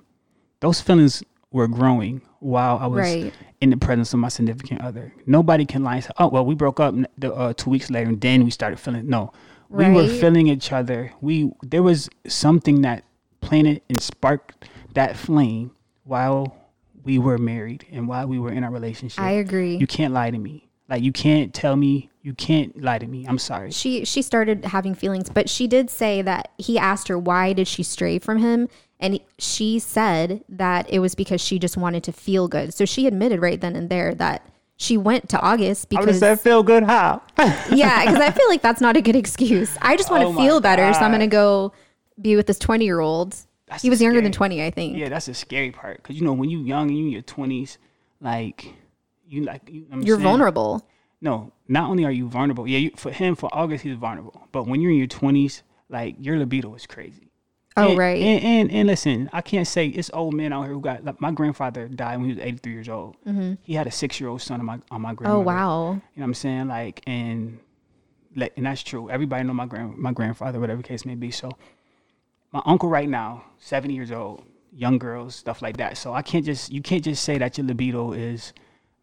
Speaker 2: Those feelings were growing while I was
Speaker 14: Right.
Speaker 2: in the presence of my significant other. Nobody can lie. and say, Oh, well, we broke up n- the, uh, two weeks later and then we started feeling. No, we were
Speaker 14: Right.
Speaker 2: feeling each other. We, there was something that planted and sparked that flame while we were married and while we were in our relationship.
Speaker 3: I agree.
Speaker 2: You can't lie to me. Like you can't tell me. You can't lie to me. I'm sorry.
Speaker 3: she she started having feelings but she did say that he asked her why did she stray from him and she said that it was because she just wanted to feel good so she admitted right then and there that she went to august
Speaker 2: I would have
Speaker 3: because
Speaker 2: said feel good how.
Speaker 3: yeah because i feel like that's not a good excuse i just want to
Speaker 2: Oh my
Speaker 3: feel better so i'm
Speaker 2: God.
Speaker 3: going to go be with this 20 year old he was younger than 20 i think
Speaker 2: Yeah, that's the scary part because you know when you young and you in your twenties, like you like you, I'm
Speaker 3: You're
Speaker 2: saying-
Speaker 3: vulnerable.
Speaker 2: No, not only are you vulnerable. Yeah, you, for him for August he's vulnerable, but when you're in your twenties, like your libido is crazy.
Speaker 3: Oh,
Speaker 2: And-
Speaker 3: right.
Speaker 2: And, and and listen, I can't say it's old men out here who got like my grandfather died when he was 83 years old.
Speaker 3: Mhm.
Speaker 2: He had a six year old son on my on my grandmother.
Speaker 3: oh wow
Speaker 2: You know what I'm saying? Like, and like, and that's true. Everybody know my grand my grandfather, whatever the case may be. So, my uncle right now, 70 years old, young girls, stuff like that. So I can't just you can't just say that your libido is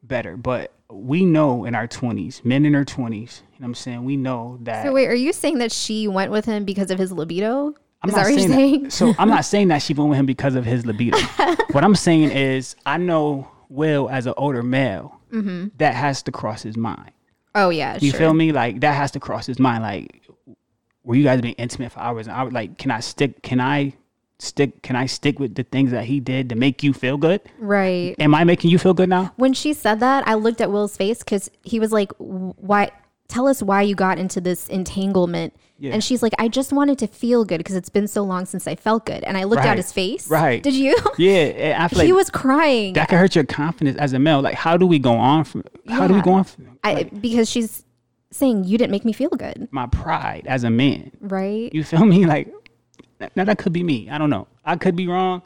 Speaker 2: better. But we know in our twenties, men in their twenties, you know what I'm saying, we know that
Speaker 3: So wait, are you saying that she went with him because of his libido?
Speaker 2: I'm
Speaker 3: Is
Speaker 2: not
Speaker 3: that what you're
Speaker 2: saying that-
Speaker 3: saying?
Speaker 2: so I'm not saying that she went with him because of his libido. what I'm saying is I know Will as an older male
Speaker 3: hmm
Speaker 2: that has to cross his mind.
Speaker 3: Oh yeah,
Speaker 2: you
Speaker 3: sure.
Speaker 2: feel me? Like that has to cross his mind. Like, were you guys being intimate for hours and hours? Like, can I stick? Can I stick? Can I stick with the things that he did to make you feel good?
Speaker 3: Right.
Speaker 2: Am I making you feel good now?
Speaker 3: When she said that, I looked at Will's face because he was like, "Why? Tell us why you got into this entanglement."
Speaker 2: Yeah.
Speaker 3: And she's like, "I just wanted to feel good because it's been so long since I felt good." And I looked at
Speaker 2: Right.
Speaker 3: his face.
Speaker 2: Right.
Speaker 3: Did you?
Speaker 2: Yeah, and I feel like
Speaker 3: he was crying.
Speaker 2: that could hurt your confidence as a male. Like, how do we go on from? How do we
Speaker 3: Yeah.
Speaker 2: go on from
Speaker 3: I, because she's saying you didn't make me feel good,
Speaker 2: my pride as a man?
Speaker 3: right?
Speaker 2: You feel me? Like, now that could be me. I don't know. I could be wrong.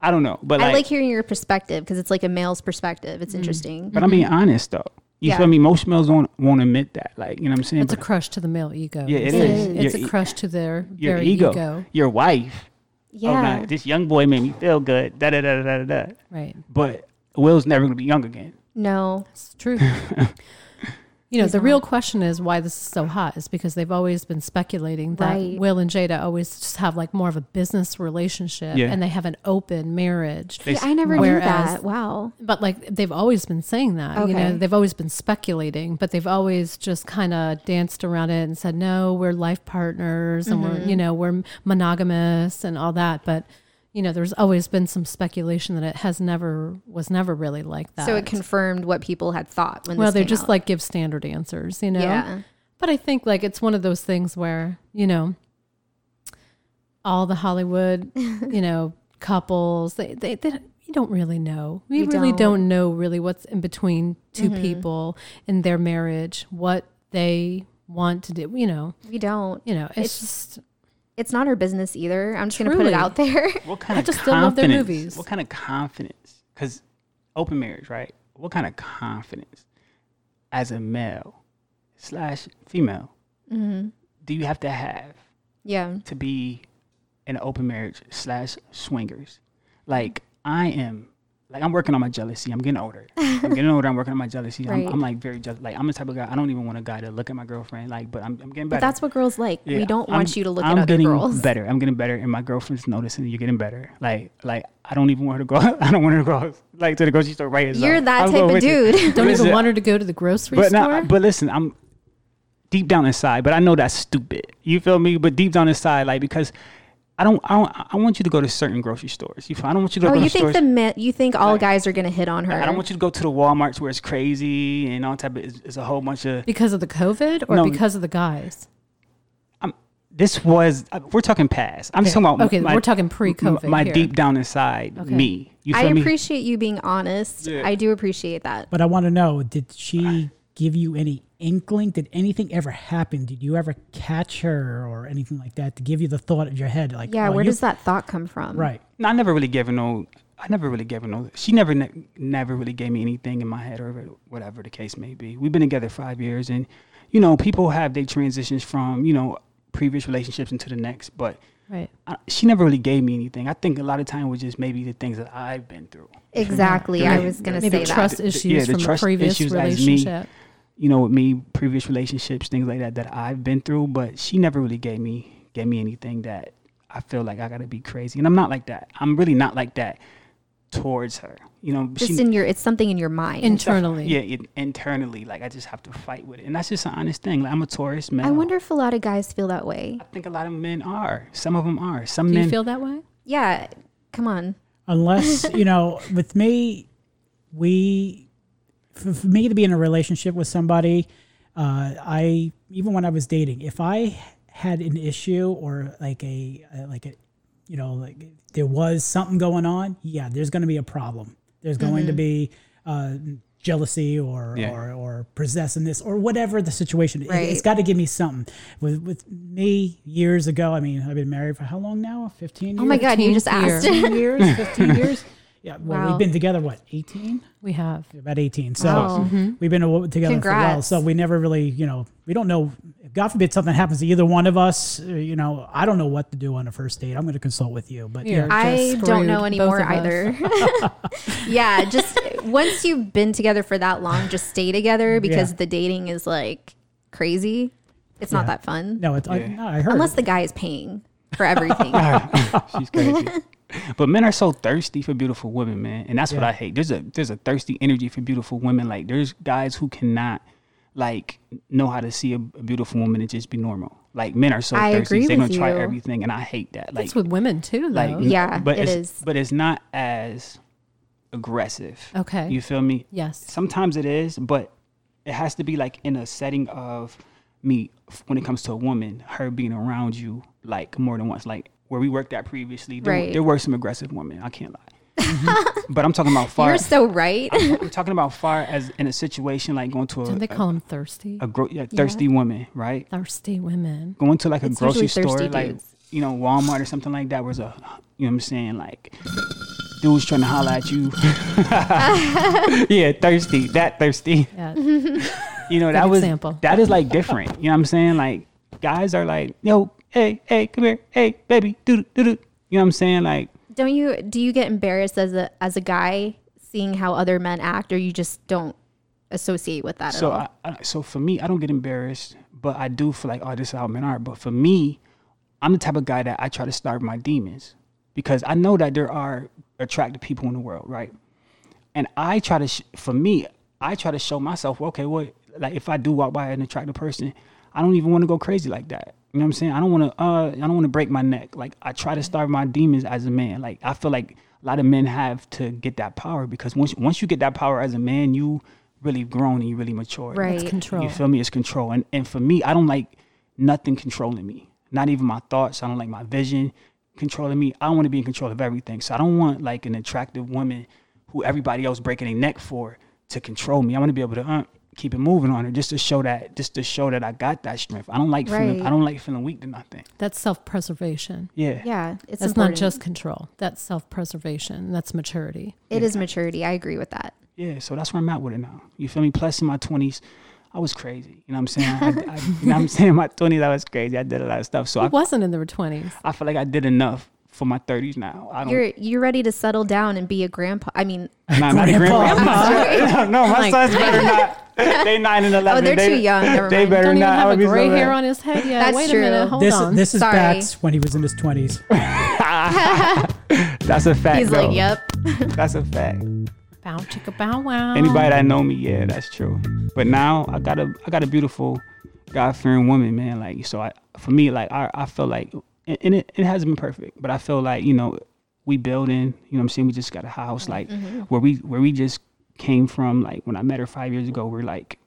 Speaker 2: I don't know. But
Speaker 3: I
Speaker 2: like, Mm.
Speaker 3: like hearing your perspective because it's like a male's perspective. It's interesting.
Speaker 2: but I'm
Speaker 4: Mm-hmm.
Speaker 2: being honest though. You
Speaker 3: Yeah.
Speaker 2: feel me? Most males won't won't admit that. Like, you know what I'm saying?
Speaker 4: It's a
Speaker 2: But-
Speaker 4: crush to the male ego.
Speaker 2: Yeah, it
Speaker 4: it's
Speaker 2: is.
Speaker 4: It's
Speaker 2: Your
Speaker 4: a
Speaker 2: e-
Speaker 4: crush to their
Speaker 2: your
Speaker 4: very
Speaker 2: ego,
Speaker 4: ego.
Speaker 2: your wife.
Speaker 4: Yeah.
Speaker 2: Oh, nah, this young boy made me feel good. Da da da da da da.
Speaker 4: Right.
Speaker 2: But Will's never gonna be young again.
Speaker 3: No,
Speaker 4: it's true. You know,
Speaker 3: He's
Speaker 4: the real question is why this is so hot is because they've always been speculating that
Speaker 3: Right.
Speaker 4: Will and Jada always just have like more of a business relationship
Speaker 3: Yeah.
Speaker 4: and they have an open marriage.
Speaker 3: See, I never knew that. Wow.
Speaker 4: But like they've always been saying that, you know,
Speaker 3: Okay.
Speaker 4: they've always been speculating, but they've always just kind of danced around it and said, no, we're life partners and we're,
Speaker 3: Mhm.
Speaker 4: you know, we're monogamous and all that. But, you know, there's always been some speculation that it has never, was never really like that.
Speaker 3: So it confirmed what people had thought when
Speaker 4: well,
Speaker 3: this
Speaker 4: they
Speaker 3: came
Speaker 4: just
Speaker 3: out.
Speaker 4: like give standard answers, you know?
Speaker 3: Yeah.
Speaker 4: But I think like it's one of those things where, you know, all the Hollywood, you know, couples, they, they, they don't- you don't really know. We
Speaker 3: You
Speaker 4: really don't.
Speaker 3: don't.
Speaker 4: know really what's in between 2
Speaker 3: Mhm.
Speaker 4: people in their marriage, what they want to do, you know.
Speaker 3: we don't.
Speaker 4: You know, it's, just
Speaker 3: it's not our business either. I'm just going to put it
Speaker 4: Truly.
Speaker 3: out there.
Speaker 2: What kind
Speaker 4: I
Speaker 2: of
Speaker 4: just still love their
Speaker 2: confidence-
Speaker 4: movies.
Speaker 2: What kind of confidence? Because open marriage, right? What kind of confidence as a male slash female
Speaker 3: hmm
Speaker 2: do you have to have
Speaker 3: Yeah.
Speaker 2: to be in an open marriage slash swingers? Like I am. Like I'm working on my jealousy. I'm getting older. I'm getting older. I'm working on my jealousy.
Speaker 3: Right.
Speaker 2: I'm, I'm like very jealous. Like I'm the type of guy. I don't even want a guy to look at my girlfriend. Like, but I'm, I'm getting
Speaker 3: But
Speaker 2: better.
Speaker 3: that's what girls like.
Speaker 2: Yeah,
Speaker 3: we don't
Speaker 2: I'm-
Speaker 3: want you to look
Speaker 2: I'm
Speaker 3: at other
Speaker 2: getting
Speaker 3: girls.
Speaker 2: Better, I'm getting better, and my girlfriend's noticing. You're getting better. Like, like I don't even want her to go. I don't want her to go like to the grocery store right. as
Speaker 3: You're
Speaker 2: well.
Speaker 3: that
Speaker 2: I'll
Speaker 3: type
Speaker 2: go
Speaker 3: of
Speaker 2: with you.
Speaker 3: dude.
Speaker 4: don't even
Speaker 2: Listen,
Speaker 4: want her to go to the grocery
Speaker 2: But
Speaker 4: store.
Speaker 2: now, but listen, I'm deep down inside, but I know that's stupid. You feel me? But deep down inside, like because I don't, I don't, I want you to go to certain grocery stores. You, feel- I don't want you to go.
Speaker 3: Oh,
Speaker 2: to
Speaker 3: you
Speaker 2: grocery
Speaker 3: think the
Speaker 2: stores.
Speaker 3: men, you think all guys are going to hit on her?
Speaker 2: I don't want you to go to the WalMarts where it's crazy and all type of. It's, it's a whole bunch of.
Speaker 4: because of the COVID or
Speaker 2: No.
Speaker 4: because of the guys?
Speaker 2: this was uh, we're talking past. I'm just
Speaker 4: Okay.
Speaker 2: talking about
Speaker 4: Okay, we're talking pre-COVID
Speaker 2: My
Speaker 4: here.
Speaker 2: deep down inside
Speaker 4: Okay.
Speaker 2: me. You
Speaker 3: I
Speaker 2: feel me?
Speaker 3: appreciate you being honest.
Speaker 2: Yeah.
Speaker 3: I do appreciate that.
Speaker 1: But I want to know did she give you any inkling? Did anything ever happen? Did you ever catch her or anything like that to give you the thought in your head? Like,
Speaker 3: yeah,
Speaker 1: oh,
Speaker 3: where
Speaker 1: you-
Speaker 3: does that thought come from?
Speaker 1: Right.
Speaker 2: No, I never really gave her no. I never really gave her no. She never, ne- never really gave me anything in my head or whatever the case may be. We've been together five years, and you know, people have their transitions from you know previous relationships into the next, but.
Speaker 4: Right.
Speaker 2: I, she never really gave me anything. I think a lot of time was just maybe the things that I've been through.
Speaker 3: Exactly.
Speaker 2: Yeah.
Speaker 3: I was going to say
Speaker 4: Maybe
Speaker 3: that.
Speaker 4: trust
Speaker 2: The-
Speaker 4: issues
Speaker 2: yeah, the
Speaker 4: from
Speaker 2: trust
Speaker 4: a previous
Speaker 2: issues as me.
Speaker 4: relationship.
Speaker 2: you know, with me, previous relationships, things like that that I've been through, but she never really gave me gave me anything that I feel like I gotta be crazy. And I'm not like that. I'm really not like that towards her. You know,
Speaker 3: Just in your, it's something in your mind.
Speaker 2: Yeah, it, internally. Like I just have to fight with it. And that's just an honest thing. Like I'm a Taurus man.
Speaker 3: I wonder if a lot of guys feel that way.
Speaker 2: I think a lot of men are. Some of them are. Some
Speaker 1: Do you
Speaker 2: men
Speaker 1: feel
Speaker 4: that way?
Speaker 3: Yeah. Come on.
Speaker 1: unless you know with me we for, for me to be in a relationship with somebody uh, i even when i was dating if i had an issue or like a uh, like a you know like there was something going on yeah there's going to be a problem there's going to
Speaker 14: Mhm.
Speaker 1: be uh, jealousy or,
Speaker 14: Yeah.
Speaker 1: or or possessiveness or whatever the situation It- it's
Speaker 14: Right.
Speaker 1: got to give me something with with me
Speaker 14: Oh
Speaker 1: years ago i mean i've been married for how long now 15
Speaker 3: Oh my God, you just
Speaker 1: 15
Speaker 3: asked.
Speaker 1: years 15 years Yeah, well,
Speaker 4: Wow.
Speaker 1: we've been together what eighteen?
Speaker 4: We have.
Speaker 1: about eighteen. So
Speaker 4: Wow. Mhm.
Speaker 1: we've been aw- together for a while.
Speaker 4: Congrats.
Speaker 1: So we never really, you know, we don't know. God forbid something happens to either one of us. uh, You know, I don't know what to do on a first date. I'm going to consult with you, but yeah,
Speaker 3: I don't know anymore
Speaker 4: both of us.
Speaker 3: either. yeah, just once you've been together for that long, just stay together because
Speaker 1: Yeah.
Speaker 3: the dating is like crazy. It's not that fun.
Speaker 1: No, it's- I- Yeah. no, I heard.
Speaker 3: Unless the guy is paying for everything.
Speaker 2: She's crazy. but men are so thirsty for beautiful women, man, and that's what
Speaker 1: Yeah.
Speaker 2: I hate. There's a there's a thirsty energy for beautiful women. Like there's guys who cannot like know how to see a, a beautiful woman and just be normal. Like men are so
Speaker 4: I
Speaker 2: thirsty,
Speaker 4: agree
Speaker 2: they're gonna
Speaker 4: with
Speaker 2: try
Speaker 4: you.
Speaker 2: everything, and I hate that. Like
Speaker 4: it's with women too, though.
Speaker 2: like n- but it's, but it's not as aggressive.
Speaker 4: Okay.
Speaker 2: you feel me?
Speaker 4: Yes.
Speaker 2: Sometimes it is, but it has to be like in a setting of me f- when it comes to a woman, her being around you like more than once, like where we worked at previously. There,
Speaker 3: Right.
Speaker 2: there were some aggressive women. I can't lie, but I'm talking about far.
Speaker 3: You're so right.
Speaker 2: I'm, I'm talking about far as in a situation like going to a.
Speaker 4: Don't they
Speaker 2: a-
Speaker 4: call them thirsty?
Speaker 2: a gro- yeah,
Speaker 4: Yeah.
Speaker 2: thirsty woman, right?
Speaker 4: Thirsty women.
Speaker 2: Going to like a
Speaker 4: It's usually
Speaker 2: grocery store,
Speaker 4: thirsty
Speaker 2: like
Speaker 4: dudes.
Speaker 2: you know Walmart or something like that, where's a you know what I'm saying, like dudes trying to holla at you. yeah, thirsty, that thirsty.
Speaker 4: Yeah.
Speaker 3: Mm-hmm.
Speaker 2: You know
Speaker 4: Good
Speaker 2: that was
Speaker 4: example.
Speaker 2: that is like different. You know what I'm saying? Like guys are like, yo, hey, hey, come here, hey, baby, doo doo doo. You know what I'm saying? Like
Speaker 3: Don't you do you get embarrassed as a as a guy seeing how other men act or you just don't associate with that
Speaker 2: so
Speaker 4: Oh.
Speaker 3: at all?
Speaker 2: I, I, so for me, I don't get embarrassed, but I do feel like, oh, this is how men are. But for me, I'm the type of guy that I try to starve my demons because I know that there are attractive people in the world, right? And I try to, sh- for me, I try to show myself, okay, well, like if I do walk by an attractive person, I don't even want to go crazy like that. You know what I'm saying? I don't want to, uh, I don't want to break my neck. Like I try to starve my demons as a man. Like I feel like a lot of men have to get that power because once once you get that power as a man, you really grown and you really matured.
Speaker 4: Right. It's control.
Speaker 2: You feel me? It's control. And and for me, I don't like nothing controlling me. Not even my thoughts. I don't like my vision controlling me. I want to be in control of everything. So I don't want like an attractive woman who everybody else breaking their neck for to control me. I want to be able to uh, keep it moving on her just to show that just to show that I got that strength. I don't like feeling
Speaker 4: Right.
Speaker 2: I don't like feeling weak to nothing.
Speaker 4: That's self preservation.
Speaker 2: Yeah.
Speaker 3: Yeah, it's
Speaker 4: That's
Speaker 3: important.
Speaker 4: not just control. That's self preservation. That's maturity.
Speaker 3: It is maturity. I agree with that.
Speaker 2: Yeah, so that's where I'm at with it now. You feel me? Plus, in my 20s, I was crazy. You know what I'm saying? I, I, you know what I'm saying? In my 20s, I was crazy. I did a lot of stuff. So I,
Speaker 4: It wasn't in the 20s.
Speaker 2: I feel like I did enough for my 30s now. I don't.
Speaker 3: You're you're ready to settle down and be a grandpa. I mean,
Speaker 2: Nah, not a grandpa. no, no, my
Speaker 3: Like- Oh,
Speaker 2: sons better not. They nine and eleven.
Speaker 3: they're
Speaker 2: they,
Speaker 3: too young. Never
Speaker 2: they
Speaker 3: mind.
Speaker 2: better
Speaker 4: Don't even
Speaker 2: not. I
Speaker 4: have a
Speaker 2: would be so
Speaker 4: gray
Speaker 2: mad.
Speaker 4: hair on his head yet.
Speaker 3: That's
Speaker 4: Wait
Speaker 3: true.
Speaker 4: a minminute. Hold
Speaker 1: this
Speaker 4: on.
Speaker 1: this is
Speaker 3: Sorry.
Speaker 1: Bats when he was in his twenties.
Speaker 2: That's a fact.
Speaker 3: he's
Speaker 2: though.
Speaker 3: like, "Yep,
Speaker 2: That's a fact.
Speaker 4: bow chicka bow wow.
Speaker 2: Anybody that know me, yeah, that's true. But now I got a I got a beautiful, God fearing woman, man. Like so, I for me, like I I feel like, and and it, it hasn't been perfect, but I feel like you know we building. You know what I'm saying? We just got a house like
Speaker 14: Mhm.
Speaker 2: where we where we just came from. Like when I met her five years ago, we're like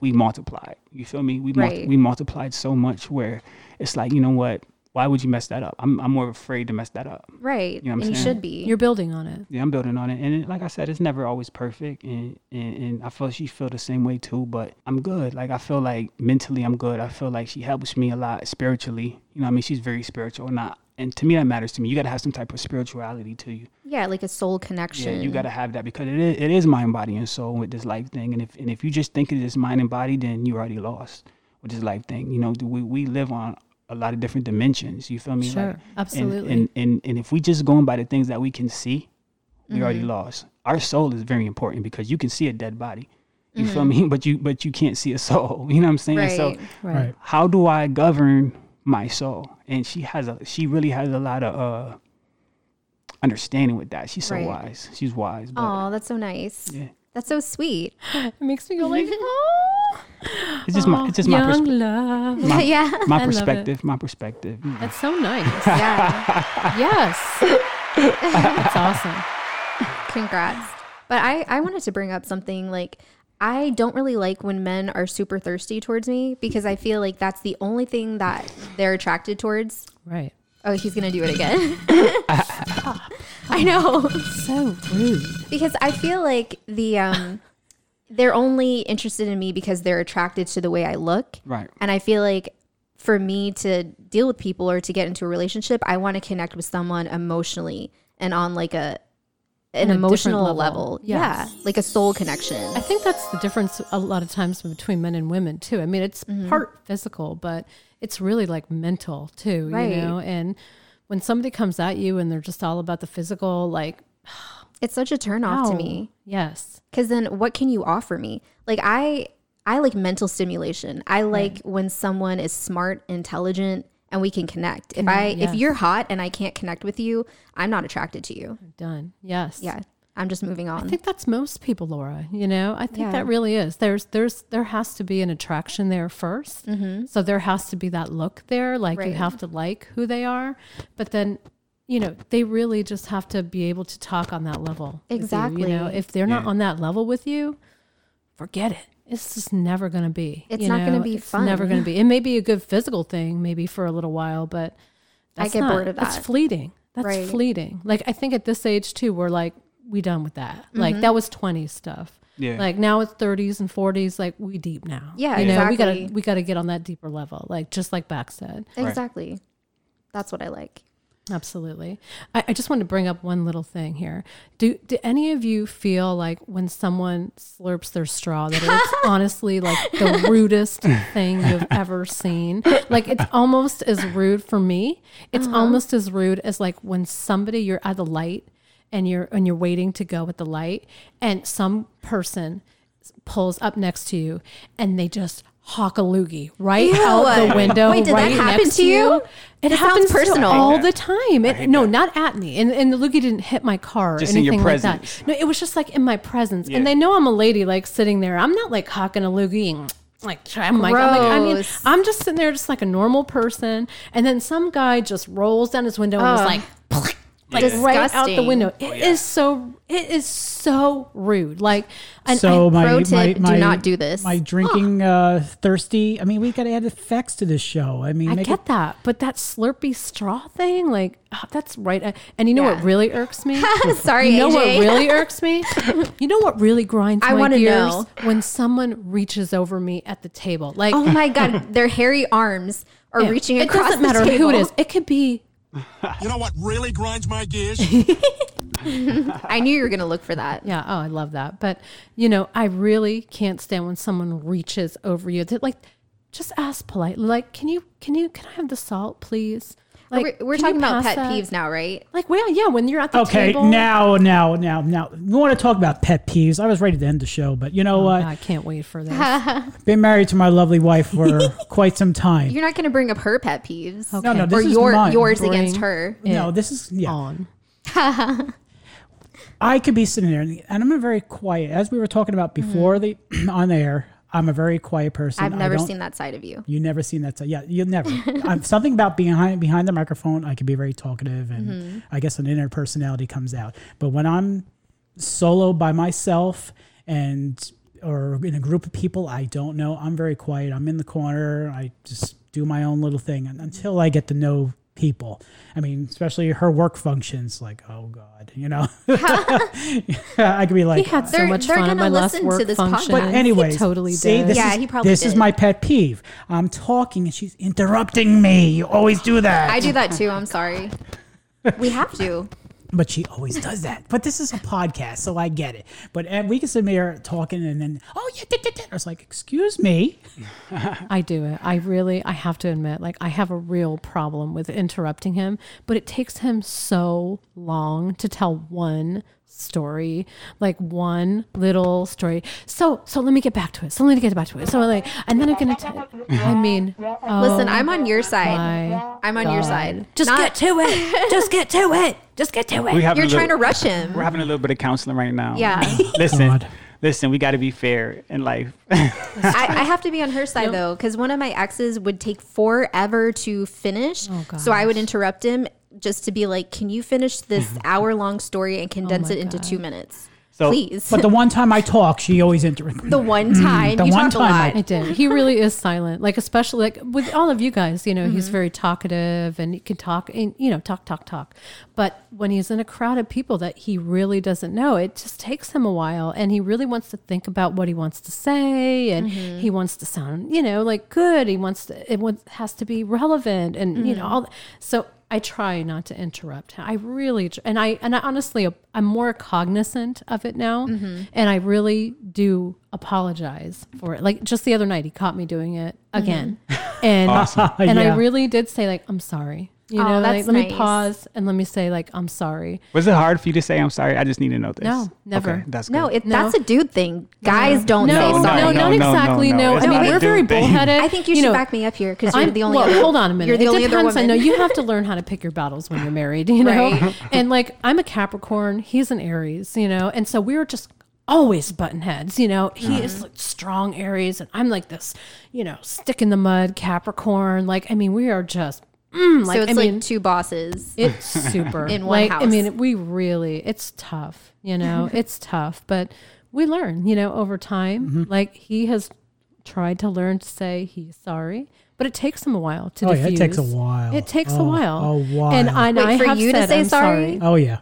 Speaker 2: we multiplied. You feel me? We mul-
Speaker 14: Right.
Speaker 2: we multiplied so much where it's like you know what? Why would you mess that up? I'm I'm more afraid to mess that up.
Speaker 3: right,"
Speaker 2: You know what I'm
Speaker 3: and you
Speaker 2: saying?
Speaker 3: should be.
Speaker 4: You're building on it.
Speaker 2: Yeah, I'm building on it, and it, like I said, it's never always perfect, and, and and I feel she feel the same way too. But I'm good. Like I feel like mentally, I'm good. I feel like she helps me a lot spiritually. You know, what I mean, she's very spiritual, and I, and to me that matters to me. You got to have some type of spirituality to you.
Speaker 3: yeah, like a soul connection.
Speaker 2: Yeah, you got to have that because it is, it is mind, body, and soul with this life thing. And if and if you just think it is mind and body, then you already lost with this life thing. You know, we we live on a lot of different dimensions. You feel me?
Speaker 4: Sure,
Speaker 2: and-
Speaker 4: absolutely.
Speaker 2: And, and and if we just going by the things that we can see, we already
Speaker 4: Mhm.
Speaker 2: lost. Our soul is very important because you can see a dead body. You feel
Speaker 14: Mhm.
Speaker 2: me? But you but you can't see a soul. You know what I'm saying? So
Speaker 14: Right, right.
Speaker 2: how do I govern my soul? And she has a she really has a lot of uh understanding with that. She's so
Speaker 3: Right.
Speaker 2: wise. She's wise. But
Speaker 3: Oh, that's so nice.
Speaker 2: Yeah.
Speaker 3: That's so sweet.
Speaker 4: It makes me go like,
Speaker 2: it's just my it's just my,
Speaker 4: young
Speaker 2: perspe-
Speaker 4: love.
Speaker 2: my
Speaker 3: Yeah.
Speaker 4: I
Speaker 2: my
Speaker 4: love it.
Speaker 2: perspective. My perspective. you know.
Speaker 4: That's so nice. Yeah. yes. That's awesome.
Speaker 3: Congrats. But I, I wanted to bring up something like I don't really like when men are super thirsty towards me because I feel like that's the only thing that they're attracted towards.
Speaker 4: Right.
Speaker 3: Oh, he's gonna do it again. I know.
Speaker 4: So rude.
Speaker 3: Because I feel like the um they're only interested in me because they're attracted to the way I look.
Speaker 2: Right.
Speaker 3: And I feel like for me to deal with people or to get into a relationship, I want to connect with someone emotionally and on like a an
Speaker 4: On a different
Speaker 3: emotional level.
Speaker 4: level.
Speaker 3: Yeah.
Speaker 4: Yes.
Speaker 3: Like a soul connection.
Speaker 4: I think that's the difference a lot of times between men and women too. I mean, it's
Speaker 3: Mm-hmm.
Speaker 4: part physical, but it's really like mental too,
Speaker 3: Right.
Speaker 4: you know? And when somebody comes at you and they're just all about the physical, like
Speaker 3: It's such a turn off to
Speaker 4: Ow.
Speaker 3: me.
Speaker 4: Yes.
Speaker 3: Cause then what can you offer me? Like I I like mental stimulation. I like when someone is smart, intelligent, and we can connect. If I
Speaker 4: Connect,
Speaker 3: if you're hot and I can't connect with you, I'm not attracted to you.
Speaker 4: done. Yes.
Speaker 3: Yeah. I'm just moving on.
Speaker 4: I think that's most people, Laura. You know, I think
Speaker 3: Yeah.
Speaker 4: that really is. There's, there's, there has to be an attraction there 1st So there has to be that look there. Like
Speaker 3: Mm-hmm. Right.
Speaker 4: you have to like who they are, but then, you know, they really just have to be able to talk on that level. with you, You, know,
Speaker 3: Exactly.
Speaker 4: if they're not on that level with you, forget it. It's just never going to be.
Speaker 3: It's
Speaker 4: you
Speaker 3: not gonna
Speaker 4: know?
Speaker 3: be
Speaker 4: it's Never
Speaker 3: fun.
Speaker 4: going to be. It may be a good physical thing, maybe for a little while, but
Speaker 3: I
Speaker 4: that's
Speaker 3: get
Speaker 4: not-
Speaker 3: bored of
Speaker 4: That's
Speaker 3: that.
Speaker 4: fleeting. That's
Speaker 3: Right.
Speaker 4: fleeting. Like I think at this age too, we're like we done with that.
Speaker 3: Mhm.
Speaker 4: Like that was 20s stuff.
Speaker 2: Yeah.
Speaker 4: Like now it's 30s and 40s. Like we deep now.
Speaker 3: Yeah,
Speaker 4: You know, we
Speaker 3: exactly.
Speaker 4: gotta we gotta get on that deeper level. Like just like back said.
Speaker 3: exactly. That's what I like.
Speaker 4: Absolutely. I, I just want to bring up one little thing here. Do do any of you feel like when someone slurps their straw that it's honestly like the rudest thing you've ever seen? Like it's almost as rude for me. It's
Speaker 3: Uh-huh.
Speaker 4: almost as rude as like when somebody you're at the light and you're and you're waiting to go at the light and some person s- pulls up next to you and they just hawk a loogie right
Speaker 3: Ew.
Speaker 4: out the window
Speaker 3: Wait, did that
Speaker 4: right
Speaker 3: happen
Speaker 4: next
Speaker 3: to you?
Speaker 4: it
Speaker 3: That sounds
Speaker 4: happens to
Speaker 3: personal.
Speaker 4: all the time. It, no, not at me. And, and the loogie didn't hit my car or
Speaker 2: Just in
Speaker 4: anything
Speaker 2: your
Speaker 4: like that. No, it was just like in my presence.
Speaker 2: Yeah.
Speaker 4: And they know I'm a lady, like sitting there. I'm not like hawking a loogie and like trying my. I'm like, I mean,
Speaker 3: Gross.
Speaker 4: I'm just sitting there, just like a normal person. And then some guy just rolls down his window and is
Speaker 3: Ugh.
Speaker 4: like, like right out the
Speaker 3: Disgusting.
Speaker 4: window. It is so. It is so rude. Like, and
Speaker 1: so
Speaker 4: I-
Speaker 1: my, my, my My drinking uh, thirsty. I mean, we got to add effects to this show. I mean,
Speaker 4: I
Speaker 1: make
Speaker 4: get
Speaker 1: it,
Speaker 4: that, but that slurpy straw thing, like oh, that's right. And you know
Speaker 3: Yeah.
Speaker 4: what really irks me?
Speaker 3: Sorry,
Speaker 4: you know
Speaker 3: AJ.
Speaker 4: what really irks me? You know what really grinds
Speaker 3: I
Speaker 4: my
Speaker 3: wanna
Speaker 4: gears
Speaker 3: know.
Speaker 4: when someone reaches over me at the table. Like,
Speaker 3: oh my god, their hairy arms are
Speaker 4: yeah.
Speaker 3: reaching
Speaker 4: It
Speaker 3: across
Speaker 4: doesn't matter
Speaker 3: the
Speaker 4: who
Speaker 3: table.
Speaker 4: it is. It could be
Speaker 14: You know what really grinds my gears?
Speaker 3: I knew you were gonna look for that.
Speaker 4: Yeah. Oh, I love that. But you know, I really can't stand when someone reaches over you. It's Like, just ask politely. Like, can you, can you, can I have the salt, please? Like,
Speaker 3: we're we're
Speaker 4: can
Speaker 3: talking
Speaker 4: you
Speaker 3: about
Speaker 4: pass
Speaker 3: pet
Speaker 4: that?
Speaker 3: peeves now, right?
Speaker 4: Like, well, yeah, when you're at the
Speaker 1: okay,
Speaker 4: table.
Speaker 1: now, now, now, now. We want to talk about pet peeves. I was ready to end the show, but you
Speaker 3: Oh
Speaker 1: know what?
Speaker 4: I can't wait for this.
Speaker 1: I've been married to my lovely wife for quite some time.
Speaker 3: You're not going to bring up her pet peeves.
Speaker 1: No, no,
Speaker 3: or
Speaker 1: this is
Speaker 3: your
Speaker 1: mine.
Speaker 3: yours
Speaker 1: Bring
Speaker 3: against her.
Speaker 1: No, this is yeah.
Speaker 4: On.
Speaker 1: I could be sitting there, and and I'm a very quiet. As we were talking about before the on the air, I'm a very quiet person.
Speaker 3: Mm-hmm. I've
Speaker 1: I
Speaker 3: never
Speaker 1: don't-
Speaker 3: seen that side of you.
Speaker 1: You never seen that side. Yeah, you never. I'm, something about behind behind the microphone, I can be very talkative, and
Speaker 4: Mm-hmm.
Speaker 3: Mhm.
Speaker 1: I guess an inner personality comes out. But when I'm solo by myself and or in a group of people I don't know, I'm very quiet. I'm in the corner. I just do my own little thing and until I get to know people. I mean, especially her work functions. Like, oh god, you know, I could be like,
Speaker 4: he had so
Speaker 3: They're-
Speaker 4: much
Speaker 3: they're
Speaker 4: fun at
Speaker 3: gonna
Speaker 4: my last
Speaker 3: listen to
Speaker 4: work
Speaker 3: this
Speaker 4: function.
Speaker 1: but anyways,
Speaker 4: he totally
Speaker 1: see,
Speaker 4: did.
Speaker 1: This is, This is my pet peeve. I'm talking and she's interrupting me. You always do that.
Speaker 3: I do that too. I'm sorry. We have to.
Speaker 1: But she always does that. But this is a podcast, so I get it. But and we can sit there talking and then, oh, yeah, da, da, da. I was like, excuse me.
Speaker 4: I do it. I really, I have to admit, like I have a real problem with interrupting him, but it takes him so long to tell one story, like one little story. So, so let me get back to it. So let me get back to it. So like, and then I'm gonna. T- I mean,
Speaker 3: Listen,
Speaker 4: oh
Speaker 3: I'm on your
Speaker 4: my
Speaker 3: side. I'm on your
Speaker 4: God.
Speaker 3: side.
Speaker 4: Just get to it. Just get to it. Just get to
Speaker 2: We have
Speaker 3: You're
Speaker 2: a little-
Speaker 3: trying to rush him.
Speaker 2: We're having a little bit of counseling right now.
Speaker 3: Yeah.
Speaker 2: listen, listen. We got to be fair in life.
Speaker 3: I, I have to be on her side though, because one of my exes would take forever to finish.
Speaker 4: Oh,
Speaker 3: so I would interrupt him just to be like, "Can you finish this hour-long story
Speaker 4: Oh
Speaker 3: and condense it into two minutes, please?"
Speaker 1: But the one time I talk, she always interrupts.
Speaker 3: The one time
Speaker 1: the
Speaker 3: you
Speaker 1: one
Speaker 3: talk a
Speaker 1: time
Speaker 3: lot.
Speaker 4: I did. He really is silent. Like especially like with all of you guys, you know, he's
Speaker 3: Mhm.
Speaker 4: very talkative and he can talk and you know, talk, talk, talk. But when he's in a crowd of people that he really doesn't know, it just takes him a while and he really wants to think about what he wants to say and
Speaker 3: Mhm.
Speaker 4: he wants to sound, you know, like good. He wants to it wants, has to be relevant and you know,
Speaker 3: Mhm.
Speaker 4: all so I try not to interrupt. I really tr- and I and I honestly I'm more cognizant of it now,
Speaker 3: Mhm.
Speaker 4: and I really do apologize for it. Like just the other night, he caught me doing it
Speaker 3: Mm-hmm.
Speaker 4: again, and
Speaker 1: Awesome.
Speaker 4: and
Speaker 1: Yeah.
Speaker 4: I really did say like I'm sorry. You
Speaker 3: Oh,
Speaker 4: know, like,
Speaker 3: that's
Speaker 4: let
Speaker 3: nice.
Speaker 4: me pause and let me say like I'm sorry.
Speaker 2: Was it hard for you to say I'm sorry? I just need to know this.
Speaker 4: No, never.
Speaker 2: Okay, that's
Speaker 3: No,
Speaker 2: good.
Speaker 3: it, that's a dude thing. Guys don't
Speaker 4: No,
Speaker 3: say
Speaker 4: no,
Speaker 3: sorry.
Speaker 4: no, not exactly. No,
Speaker 3: It's
Speaker 4: I
Speaker 3: not
Speaker 4: mean
Speaker 3: a
Speaker 4: we're
Speaker 3: dude
Speaker 4: very
Speaker 3: thing.
Speaker 4: bullheaded.
Speaker 3: I think you should back me up here 'cause you're
Speaker 4: I'm-
Speaker 3: the only
Speaker 4: well,
Speaker 3: other-
Speaker 4: Hold on a minute.
Speaker 3: you're the
Speaker 4: It
Speaker 3: only other
Speaker 4: depends. I
Speaker 3: woman.
Speaker 4: know you have to learn how to pick your battles when you're married. You know,
Speaker 3: Right.
Speaker 4: and like I'm a Capricorn, he's an Aries. You know, and so we were just always button heads. You know, he
Speaker 3: Mm-hmm.
Speaker 4: is like strong Aries, and I'm like this. You know, stick in the mud Capricorn. Like I mean, we are just. Mm, like,
Speaker 3: so it's
Speaker 4: I mean,
Speaker 3: like two bosses.
Speaker 4: it's super
Speaker 3: in one
Speaker 4: Like,
Speaker 3: house.
Speaker 4: I mean, we really it's tough, you know, it's tough, but we learn, you know, over time.
Speaker 1: Mm-hmm.
Speaker 4: Like he has tried to learn to say he's sorry, but it takes him a while to.
Speaker 1: Oh, yeah, it takes a
Speaker 4: diffuse.
Speaker 1: while.
Speaker 4: It takes
Speaker 1: Oh,
Speaker 4: a while.
Speaker 1: a while.
Speaker 4: And I, and
Speaker 3: Wait,
Speaker 4: I
Speaker 3: for
Speaker 4: have
Speaker 3: you to
Speaker 4: said,
Speaker 3: say
Speaker 4: "I'm
Speaker 3: sorry?"
Speaker 1: Oh yeah.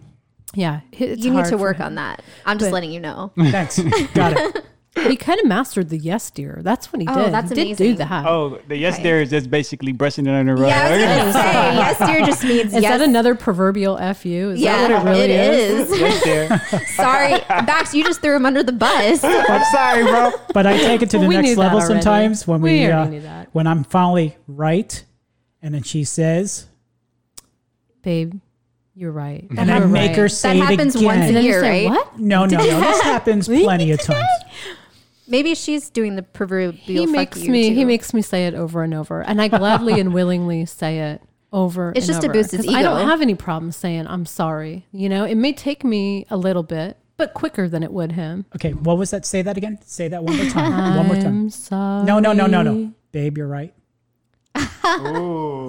Speaker 4: Yeah, it's
Speaker 3: you need
Speaker 4: hard
Speaker 3: to
Speaker 4: for
Speaker 3: work
Speaker 4: him.
Speaker 3: on that. I'm just
Speaker 4: But-
Speaker 3: letting you know.
Speaker 1: Thanks. Got it.
Speaker 4: He kind of mastered the yes, dear. That's what he
Speaker 3: Oh,
Speaker 4: did.
Speaker 3: that's
Speaker 4: he did do
Speaker 3: amazing.
Speaker 4: that.
Speaker 2: Oh, the yes there is just basically brushing it under the rug.
Speaker 3: Yeah, I was gonna say, yes, dear just means
Speaker 4: Is
Speaker 3: yes.
Speaker 4: that another proverbial fu? Is
Speaker 3: Yeah,
Speaker 4: that what it really
Speaker 3: it
Speaker 4: is?
Speaker 3: is.
Speaker 2: yes there.
Speaker 3: Sorry, Bax, you just threw him under the bus.
Speaker 2: I'm sorry, bro.
Speaker 1: But I take it to
Speaker 4: Well,
Speaker 1: the
Speaker 4: we
Speaker 1: next
Speaker 4: knew that
Speaker 1: level
Speaker 4: already.
Speaker 1: sometimes when we,
Speaker 4: We
Speaker 1: uh,
Speaker 4: already knew that.
Speaker 1: when I'm finally right, and then she says,
Speaker 4: Babe, you're right.
Speaker 1: and I
Speaker 4: You're
Speaker 1: make her
Speaker 4: right.
Speaker 1: say
Speaker 3: That happens
Speaker 1: it again.
Speaker 3: once
Speaker 4: And then you
Speaker 3: Here,
Speaker 4: say,
Speaker 3: right?
Speaker 4: What?
Speaker 1: No, no, no. This happens plenty of times.
Speaker 3: Maybe she's doing the proverbial
Speaker 4: he
Speaker 3: fuck
Speaker 4: makes
Speaker 3: you,
Speaker 4: me
Speaker 3: too.
Speaker 4: he makes me say it over and over and i gladly and willingly say it over
Speaker 3: It's
Speaker 4: and
Speaker 3: just to
Speaker 4: over,
Speaker 3: boost his
Speaker 4: 'cause i don't
Speaker 3: ego.
Speaker 4: have any problem saying i'm sorry you know it may take me a little bit but quicker than it would him
Speaker 1: Okay, what was that? Say that again. Say that one more time. one more time.
Speaker 4: i'm sorry
Speaker 1: No, no, no, no, no. Babe, you're right.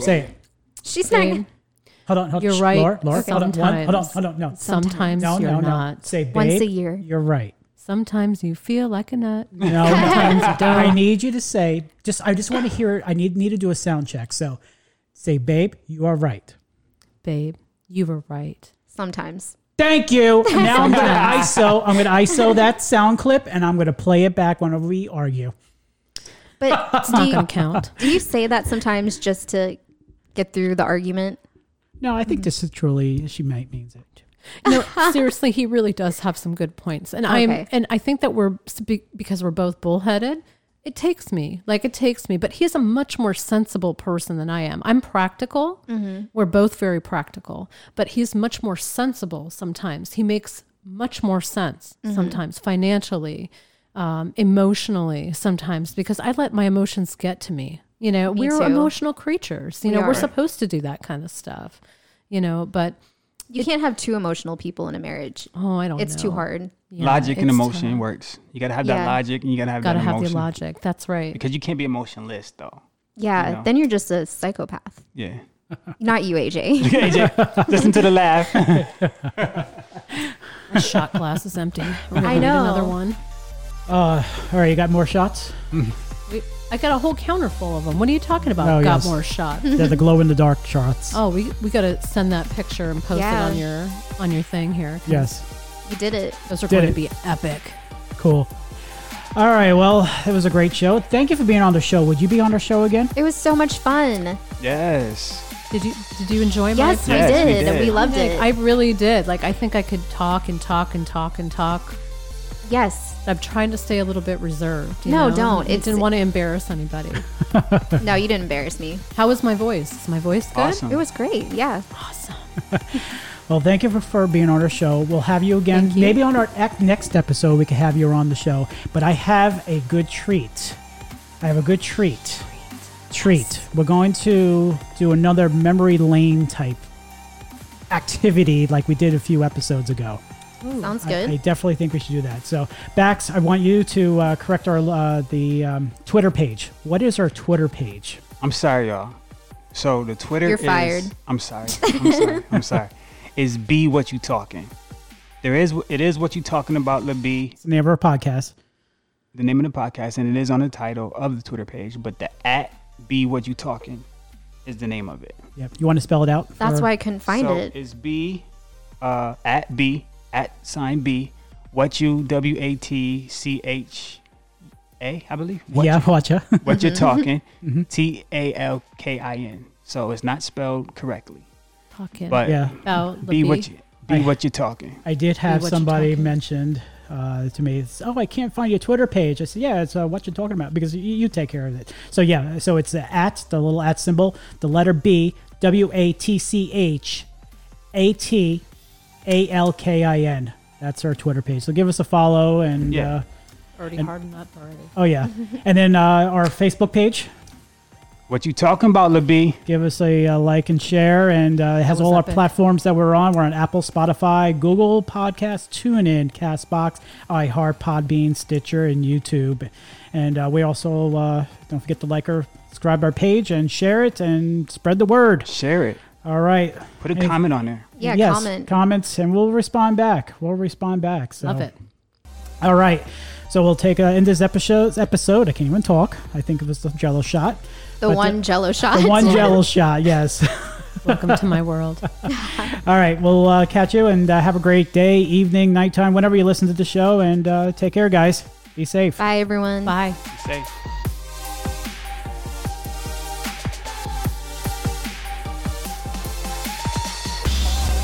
Speaker 1: Say it.
Speaker 3: She's not.
Speaker 4: Babe,
Speaker 1: Hold on. Hold
Speaker 4: You're
Speaker 1: Shh,
Speaker 4: right
Speaker 1: Laura, Laura, hold on. One, hold on.
Speaker 4: sometimes.
Speaker 1: Hold on. No.
Speaker 4: Sometimes
Speaker 1: no,
Speaker 4: you're
Speaker 1: no, No.
Speaker 4: not.
Speaker 1: Say babe.
Speaker 3: Once a year.
Speaker 1: You're right.
Speaker 4: sometimes you feel like a nut
Speaker 1: No, no. I need you to say just. I just want to hear. it. I need need to do a sound check. So, say babe. You are right.
Speaker 4: babe you were right
Speaker 3: Sometimes.
Speaker 1: Thank you. And Now I'm going to ISO. I'm going to ISO that sound clip, and I'm going to play it back whenever we argue.
Speaker 3: But do
Speaker 4: it's not
Speaker 3: you,
Speaker 4: gonna count
Speaker 3: do you say that sometimes just to get through the argument?
Speaker 1: No, I think this is truly. She might means it.
Speaker 4: no seriously he really does have some good points and i'm
Speaker 3: Okay.
Speaker 4: and i think that we're spe- because we're both bullheaded it takes me like it takes me but he's a much more sensible person than i am i'm practical
Speaker 3: Mm-hmm.
Speaker 4: we're both very practical but he's much more sensible sometimes he makes much more sense
Speaker 3: Mm-hmm.
Speaker 4: sometimes financially um, emotionally sometimes because i let my emotions get to me you know
Speaker 3: Me
Speaker 4: we're
Speaker 3: too.
Speaker 4: emotional creatures you
Speaker 3: We
Speaker 4: know
Speaker 3: are.
Speaker 4: we're supposed to do that kind of stuff you know but
Speaker 3: You can't have two emotional people in a marriage.
Speaker 4: oh i don't
Speaker 3: It's too
Speaker 4: know.
Speaker 3: hard.
Speaker 4: Yeah,
Speaker 2: logic and
Speaker 4: it's
Speaker 2: emotion
Speaker 4: tough.
Speaker 2: works. You gotta have
Speaker 3: Yeah.
Speaker 2: that logic and you gotta have
Speaker 4: Gotta
Speaker 2: that
Speaker 4: have
Speaker 2: emotion
Speaker 4: the logic. That's right.
Speaker 2: because you can't be emotionless though.
Speaker 3: Yeah,
Speaker 2: No.
Speaker 3: then you're just a psychopath.
Speaker 2: Yeah.
Speaker 3: Not you, AJ.
Speaker 2: Okay, AJ, listen to the laugh.
Speaker 4: My shot glass is empty. We're gonna
Speaker 3: I
Speaker 4: need
Speaker 3: know.
Speaker 4: Another one.
Speaker 1: Uh, all right, you got more shots.
Speaker 4: We, I got a whole counter full of them. What are you talking about?
Speaker 1: Oh,
Speaker 4: got
Speaker 1: yes.
Speaker 4: more shot.
Speaker 1: They're the glow in the dark shots.
Speaker 4: oh, we we gotta send that picture and post
Speaker 3: Yeah.
Speaker 4: it on your on your thing here.
Speaker 1: Yes,
Speaker 3: you did it.
Speaker 4: Those are
Speaker 1: Did
Speaker 4: going
Speaker 1: it.
Speaker 4: to be epic.
Speaker 1: cool. All right, well, it was a great show. Thank you for being on the show. Would you be on our show again?
Speaker 3: It was so much fun.
Speaker 2: yes.
Speaker 4: Did you did you enjoy my?
Speaker 3: Yes, we
Speaker 2: Yes, we
Speaker 3: did. We,
Speaker 2: did.
Speaker 3: loved
Speaker 4: Like,
Speaker 3: it.
Speaker 4: I really did. Like I think I could talk and talk and talk and talk.
Speaker 3: yes.
Speaker 4: I'm trying to stay a little bit reserved. you
Speaker 3: No,
Speaker 4: know?
Speaker 3: don't.
Speaker 4: I
Speaker 3: It's-
Speaker 4: didn't want to embarrass anybody.
Speaker 3: No, you didn't embarrass me.
Speaker 4: How was my voice? Is my voice good?
Speaker 2: Awesome.
Speaker 3: It was great. Yeah.
Speaker 4: Awesome.
Speaker 1: Well, thank you for, for being on our show. We'll have you again.
Speaker 4: Thank you.
Speaker 1: Maybe on our ec- next episode, we could have you on the show. But I have a good treat. I have a good treat. Treat. We're going to do another memory lane type activity like we did a few episodes ago.
Speaker 3: Sounds
Speaker 1: I-
Speaker 3: good.
Speaker 1: I, definitely think we should do that. So, Bax, I want you to uh, correct our uh, the um, Twitter page. What is our Twitter page?
Speaker 2: I'm sorry, y'all. So the Twitter
Speaker 3: You're
Speaker 2: is-
Speaker 3: fired.
Speaker 2: I'm sorry. I'm sorry. I'm sorry. Is be what you talking. There is it is what you talking about, La B.
Speaker 1: It's the name of our podcast.
Speaker 2: the name of the podcast, and it is on the title of the Twitter page, but the at be what you talking is the name of it.
Speaker 1: Yep. You want to spell it out?
Speaker 3: That's
Speaker 1: for-
Speaker 3: why I couldn't find
Speaker 2: so
Speaker 3: it.
Speaker 2: It's B uh, at B at sign B what you W A T C H A, I believe. What
Speaker 1: yeah, Mm-hmm.
Speaker 2: you,
Speaker 1: watcha.
Speaker 3: Mm-hmm.
Speaker 2: what you're talking. T A L K I N. So it's not spelled correctly.
Speaker 4: talking
Speaker 2: But
Speaker 1: Yeah.
Speaker 3: Oh,
Speaker 4: about
Speaker 2: be what
Speaker 4: Libby.
Speaker 2: you, be
Speaker 1: I-
Speaker 2: what you're talking.
Speaker 1: I did have
Speaker 4: What You
Speaker 1: somebody
Speaker 4: Talking.
Speaker 1: mentioned uh, to me, it's, "Oh, I can't find your Twitter page." I said, "Yeah, it's uh, what you're talking about because you, you take care of it." So yeah, so it's uh, at the little at symbol, the letter B, W A T C H, A T, A L K I N. That's our Twitter page. So give us a follow and
Speaker 4: Yeah.
Speaker 1: uh,
Speaker 4: already
Speaker 1: and-
Speaker 4: hardened up already.
Speaker 1: oh yeah, and then uh, our Facebook page.
Speaker 2: What you talking about, LeB?
Speaker 1: Give us a uh, like and share, and uh, it has
Speaker 4: was
Speaker 1: all our
Speaker 4: epic.
Speaker 1: platforms that we're on. We're on Apple, Spotify, Google Podcast, TuneIn, CastBox, iHeart, Podbean, Stitcher, and YouTube. And uh, we also uh, don't forget to like or subscribe our page and share it and spread the word.
Speaker 2: Share it.
Speaker 1: All right.
Speaker 2: Put a
Speaker 1: Any-
Speaker 2: comment on there.
Speaker 3: Yeah,
Speaker 1: Yes,
Speaker 3: comment.
Speaker 1: comments, and we'll respond back. We'll respond back. So.
Speaker 4: Love it.
Speaker 1: All right. So we'll take uh, end this episode. Episode. I can't even talk. I think it was the Jello shot.
Speaker 3: The
Speaker 1: But
Speaker 3: one Jello shot.
Speaker 1: The one Jello shot. Yes.
Speaker 4: Welcome to my world.
Speaker 1: All right. We'll uh, catch you and uh, have a great day, evening, nighttime, whenever you listen to the show. And uh, take care, guys. Be safe.
Speaker 3: Bye, everyone.
Speaker 4: Bye.
Speaker 2: Be safe.